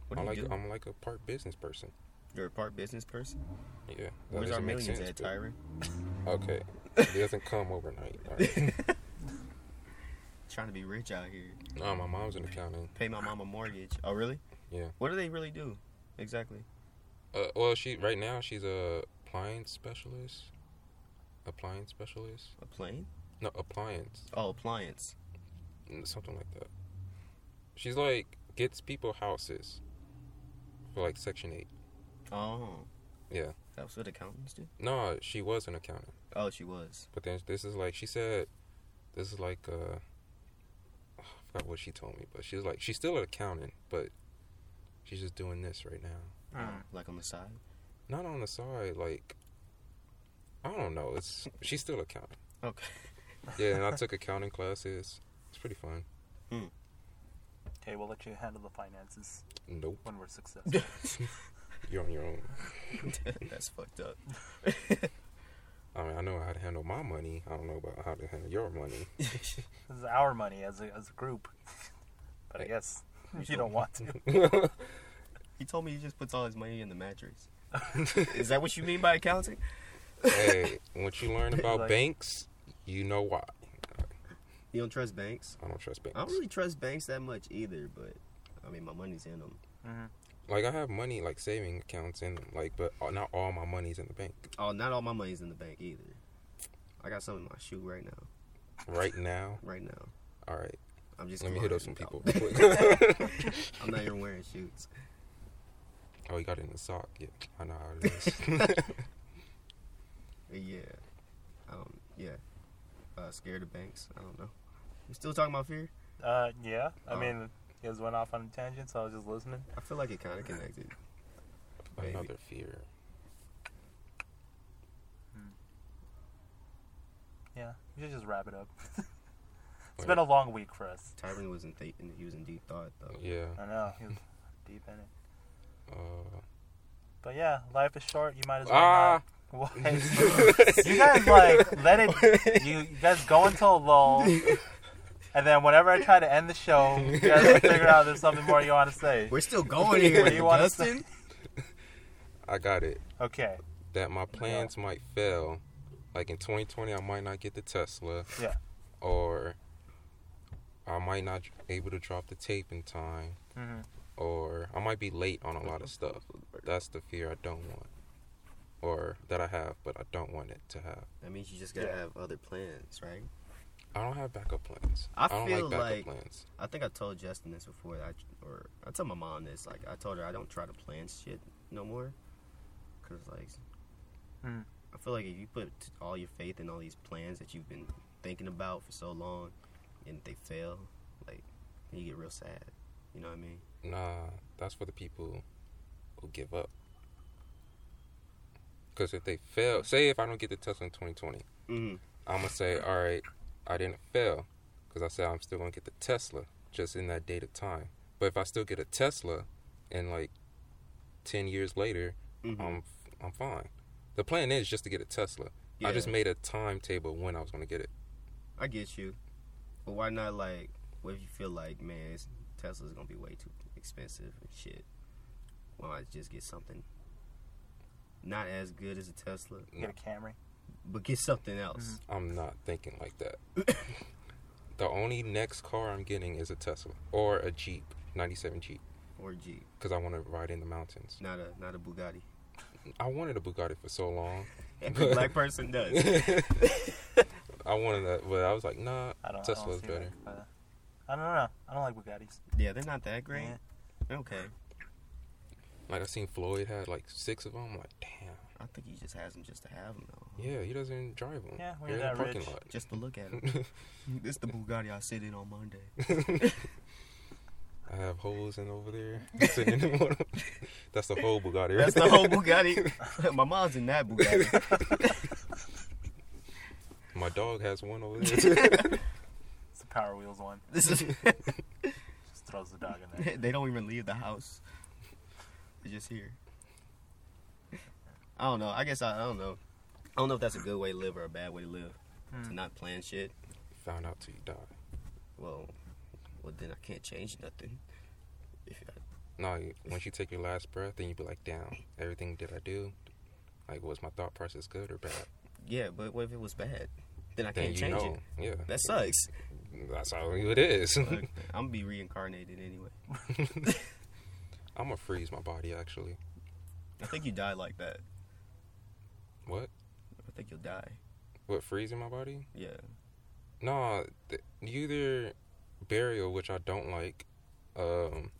Speaker 2: What do
Speaker 1: I
Speaker 2: you
Speaker 1: like
Speaker 2: do?
Speaker 1: I'm like a part business person.
Speaker 2: You're a part business person.
Speaker 1: Yeah. That
Speaker 2: Where's our
Speaker 1: doesn't make
Speaker 2: millions
Speaker 1: sense,
Speaker 2: at,
Speaker 1: but-
Speaker 2: Tyron?
Speaker 1: Okay. It doesn't come overnight. all right.
Speaker 2: Trying to be rich out here.
Speaker 1: no, my mom's an accountant.
Speaker 2: Pay my mom a mortgage. Oh, really?
Speaker 1: Yeah.
Speaker 2: What do they really do? Exactly.
Speaker 1: Uh, well, she right now she's a appliance specialist. Appliance specialist?
Speaker 2: A plane?
Speaker 1: No, appliance.
Speaker 2: Oh, appliance.
Speaker 1: Mm, Something like that. She's like gets people houses for like Section Eight.
Speaker 2: Oh.
Speaker 1: Yeah.
Speaker 2: That's what accountants do.
Speaker 1: No, she was an accountant,
Speaker 2: Oh, she was.
Speaker 1: but then this is like she said. This is like uh, I forgot what she told me, but she's like she's still an accountant, but she's just doing this right now.
Speaker 3: Mm.
Speaker 2: Like on the side.
Speaker 1: not on the side like i don't know it's she's still accounting
Speaker 2: Okay.
Speaker 1: yeah and i took accounting classes it's pretty fun
Speaker 3: Okay, we'll let you handle the finances
Speaker 1: nope
Speaker 3: when we're successful.
Speaker 1: you're on your own
Speaker 2: That's fucked up.
Speaker 1: i mean i know how to handle my money i don't know about how to handle your money
Speaker 3: this is our money as a, as a group. but I guess you don't want to.
Speaker 2: He told me he just puts all his money in the mattress. Is that what you mean by accounting?
Speaker 1: hey once you learn about
Speaker 3: Like-
Speaker 1: banks you know why
Speaker 2: You don't trust banks?
Speaker 1: i don't trust banks
Speaker 2: I don't really trust banks that much either, but I mean, my money's in them.
Speaker 1: like i have money like saving accounts in them like but not all my money's in the bank
Speaker 2: Oh, not all my money's in the bank either. I got some in my shoe right now.
Speaker 1: right now
Speaker 2: Right now.
Speaker 1: all right
Speaker 2: I'm just
Speaker 1: let me hit up some
Speaker 2: lying.
Speaker 1: people real quick.
Speaker 2: I'm not even wearing shoes.
Speaker 1: oh you got it in the sock yeah i know how it is
Speaker 2: Yeah. Um, yeah. Uh, scared of banks. I don't know. You still talking about fear?
Speaker 3: Uh, yeah, I
Speaker 2: Oh.
Speaker 3: mean, you guys went off on a tangent, so I was just listening.
Speaker 2: I feel like it kind of connected. Maybe.
Speaker 1: another fear
Speaker 3: Yeah, you should just wrap it up. it's
Speaker 1: Wait.
Speaker 3: been a long week for us.
Speaker 2: Tyron was in, th- he was in deep thought, though.
Speaker 1: yeah
Speaker 3: I know, he was deep in it.
Speaker 1: uh
Speaker 3: But yeah, life is short. You might as well.
Speaker 1: Ah.
Speaker 3: not- What? you guys like let it. You, you guys go into a lull, and then whenever I try to end the show, you guys will figure out there's something more you want to say.
Speaker 2: We're still going
Speaker 3: What
Speaker 2: here.
Speaker 3: do you want to
Speaker 2: Justin.
Speaker 3: say?
Speaker 1: I got it.
Speaker 3: Okay.
Speaker 1: That my plans might fail. Like in 2020, I might not get the Tesla.
Speaker 3: Yeah.
Speaker 1: Or I might not able to drop the tape in time.
Speaker 3: Mhm.
Speaker 1: Or I might be late on a lot of stuff. That's the fear I don't want. Or that I have, but I don't want it to have.
Speaker 2: That means you just gotta
Speaker 3: Yeah.
Speaker 2: have other plans, right?
Speaker 1: I don't have backup plans.
Speaker 2: I
Speaker 1: don't
Speaker 2: feel
Speaker 1: like backup
Speaker 2: like-
Speaker 1: plans.
Speaker 2: I think I told Justin this before. I or I told my mom this. Like I told her I don't try to plan shit no more, cause like
Speaker 3: Mhm.
Speaker 2: I feel like if you put t- all your faith in all these plans that you've been thinking about for so long, and they fail, like you get real sad. You know what I mean?
Speaker 1: Nah, that's for the people who give up. Because if they fail, say if I don't get the Tesla in 2020,
Speaker 2: Mm.
Speaker 1: I'm gonna say, all right, I didn't fail because I said I'm still gonna get the Tesla just in that date of time. But if I still get a Tesla, and like ten years later,
Speaker 2: Mhm.
Speaker 1: I'm I'm fine. The plan is just to get a Tesla. I
Speaker 2: Yeah.
Speaker 1: just made a timetable when I was gonna get it.
Speaker 2: I get you, but why not like? What if you feel like, man, it's, Tesla's gonna be way too expensive and shit? Why not just get something not as good as a Tesla,
Speaker 3: Get a Camry.
Speaker 2: but get something else?
Speaker 1: I'm not thinking like that. the only next car I'm getting is a Tesla or a Jeep, 97 Jeep,
Speaker 2: Or a Jeep,
Speaker 1: because I want to ride in the mountains.
Speaker 2: not a not a Bugatti.
Speaker 1: I wanted a Bugatti for so long.
Speaker 2: Every black person does.
Speaker 1: I wanted that, but I was like, nah,
Speaker 3: I don't. I don't
Speaker 1: Tesla's
Speaker 3: see
Speaker 1: better.
Speaker 3: That, but- I don't know. I don't like Bugattis.
Speaker 2: yeah, they're not that great.
Speaker 3: Yeah.
Speaker 2: Okay,
Speaker 1: Like I seen Floyd had like six of them. I'm like, damn.
Speaker 2: I think he just has them just to have them though,
Speaker 1: Yeah, he doesn't drive them.
Speaker 3: Yeah, when
Speaker 1: They're
Speaker 3: you're
Speaker 1: in the
Speaker 3: that
Speaker 1: parking
Speaker 3: rich.
Speaker 1: lot.
Speaker 2: just to look at them. this the Bugatti I sit in on Monday.
Speaker 1: I have holes in over there. Sitting in one of 'em. That's the whole Bugatti.
Speaker 2: That's
Speaker 1: right
Speaker 2: the whole
Speaker 1: there.
Speaker 2: Bugatti. My mom's in that Bugatti.
Speaker 1: My dog has one over there.
Speaker 3: It's the Power Wheels one.
Speaker 2: This is.
Speaker 3: Just throws the dog in there.
Speaker 2: they don't even leave the house. They're just here. I don't know. I guess I, I don't know. I don't know if that's a good way to live or a bad way to live. To
Speaker 3: Hmm.
Speaker 2: not plan shit.
Speaker 1: Found out till you die.
Speaker 2: Well, well then I can't change nothing. If I,
Speaker 1: No, you- once you take your last breath, then you be like, damn, everything did I do? Like, was my thought process good or bad?
Speaker 2: yeah, but what if it was bad? Then I
Speaker 1: Then
Speaker 2: can't
Speaker 1: you
Speaker 2: change
Speaker 1: know.
Speaker 2: it.
Speaker 1: Yeah.
Speaker 2: That sucks.
Speaker 1: That's how it is.
Speaker 2: But I'm gonna be reincarnated anyway.
Speaker 1: I'm gonna freeze my body actually.
Speaker 2: I think you die like that.
Speaker 1: What?
Speaker 2: I think you'll die.
Speaker 1: What freezing my body?
Speaker 2: Yeah.
Speaker 1: No, th- either burial, which I don't like. Um,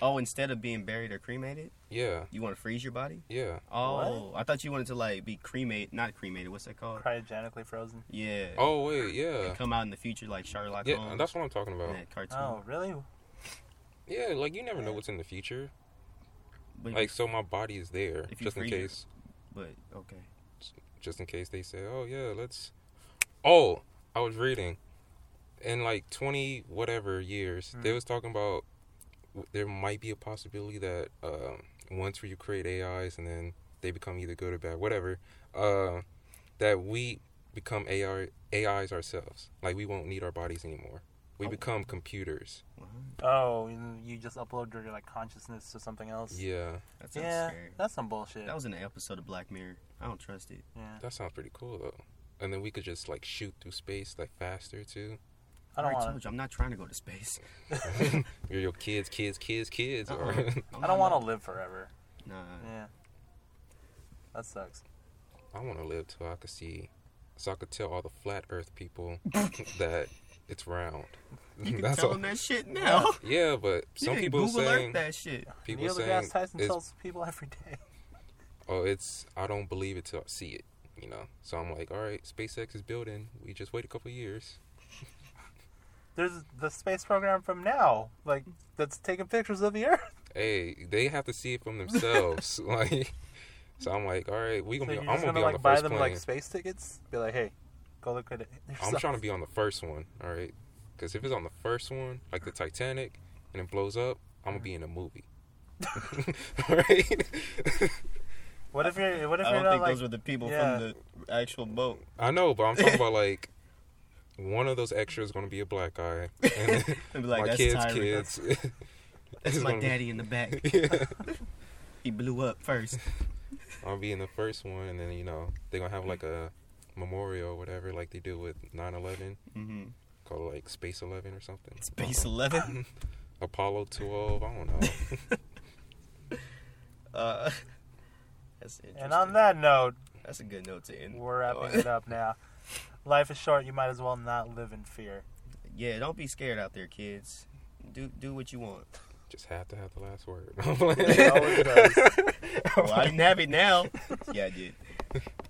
Speaker 2: Oh, instead of being buried or cremated,
Speaker 1: yeah,
Speaker 2: you want to freeze your body?
Speaker 1: yeah.
Speaker 2: Oh, I thought you wanted to like be cremated, not cremated. What's that called?
Speaker 3: Cryogenically frozen.
Speaker 2: Yeah.
Speaker 1: Oh wait, yeah,
Speaker 2: and come out in the future like Sherlock
Speaker 1: yeah.
Speaker 2: Holmes.
Speaker 1: That's what I'm talking about.
Speaker 2: in that cartoon.
Speaker 3: Oh, really?
Speaker 1: Yeah, like you never know what's in the future.
Speaker 2: but,
Speaker 1: Like, so my body is there
Speaker 2: If you
Speaker 1: just in
Speaker 2: freeze it.
Speaker 1: case.
Speaker 2: but okay.
Speaker 1: just in case they say, "Oh yeah, let's." Oh, I was reading, in like twenty whatever years,
Speaker 2: Mm-hmm.
Speaker 1: they was talking about there might be a possibility that um, once you create AIs and then they become either good or bad, whatever, uh, that we become AI AIs ourselves. Like we won't need our bodies anymore. We
Speaker 2: Oh.
Speaker 1: become computers.
Speaker 2: Wow,
Speaker 3: Oh, you- you just upload your like consciousness to something else.
Speaker 1: Yeah,
Speaker 2: that sounds
Speaker 3: Yeah,
Speaker 2: scary.
Speaker 3: that's some bullshit.
Speaker 2: That was in an episode of Black Mirror. I don't trust it.
Speaker 3: yeah,
Speaker 1: that sounds pretty cool though. And then we could just like shoot through space like faster too.
Speaker 3: I don't
Speaker 2: already
Speaker 3: want.
Speaker 2: told you, I'm not trying to go to space.
Speaker 1: You're your kids, kids, kids, kids.
Speaker 2: Uh-uh.
Speaker 1: Or
Speaker 2: I'm
Speaker 3: I don't
Speaker 2: not-
Speaker 3: want to live forever.
Speaker 2: Nah.
Speaker 3: Yeah. That sucks.
Speaker 1: I want to live till I could see, so I could tell all the flat Earth people that it's round.
Speaker 2: You can tell
Speaker 1: all-
Speaker 2: them that shit now.
Speaker 1: Yeah, but
Speaker 2: You
Speaker 1: some
Speaker 2: can
Speaker 1: people
Speaker 2: Google Earth
Speaker 1: saying
Speaker 2: that shit.
Speaker 1: people
Speaker 3: Neil
Speaker 1: saying
Speaker 3: deGrasse Tyson
Speaker 1: it's,
Speaker 3: tells people every day.
Speaker 1: oh it's I don't believe it till I see it. You know, so I'm like, all right, SpaceX is building. We just wait a couple years.
Speaker 3: There's the space program from now, like that's taking pictures of the Earth.
Speaker 1: Hey, they have to see it from themselves. like, so I'm like, all right, we
Speaker 3: So
Speaker 1: gonna
Speaker 3: you're
Speaker 1: be.
Speaker 3: just gonna
Speaker 1: I'm gonna be on the
Speaker 3: like buy
Speaker 1: first
Speaker 3: them
Speaker 1: plane.
Speaker 3: like space tickets. Be like, hey, go look at it.
Speaker 1: I'm trying to be on the first one. All right, because if it's on the first one, like the Titanic, and it blows up, I'm gonna be in a movie. all right.
Speaker 3: What if you're? What if
Speaker 2: I
Speaker 3: you're
Speaker 2: don't
Speaker 3: not
Speaker 2: think
Speaker 3: like?
Speaker 2: those were the people
Speaker 3: yeah.
Speaker 2: from the actual boat.
Speaker 1: I know, but I'm talking about like one of those extras gonna be a black guy, and then
Speaker 2: They'd be like,
Speaker 1: my
Speaker 2: that's
Speaker 1: kids,
Speaker 2: Tyra.
Speaker 1: kids.
Speaker 2: That's
Speaker 1: It's
Speaker 2: my
Speaker 1: gonna be-
Speaker 2: daddy in the back.
Speaker 1: yeah.
Speaker 2: He blew up first.
Speaker 1: I'll be in the first one, and then you know they're gonna have like a memorial, or whatever, like they do with 9/11,
Speaker 2: hmm
Speaker 1: called like Space 11 or something.
Speaker 2: Space 11.
Speaker 1: Apollo 12. I don't know.
Speaker 2: Uh, that's interesting.
Speaker 3: and on that note,
Speaker 2: That's a good note to end. Oh.
Speaker 3: we're wrapping it up now. Life is short. You might as well not live in fear.
Speaker 2: Yeah, don't be scared out there, kids. Do do what you want.
Speaker 1: Just have to have the last word.
Speaker 3: It always does.
Speaker 2: Well, I didn't have it now. Yeah, I did.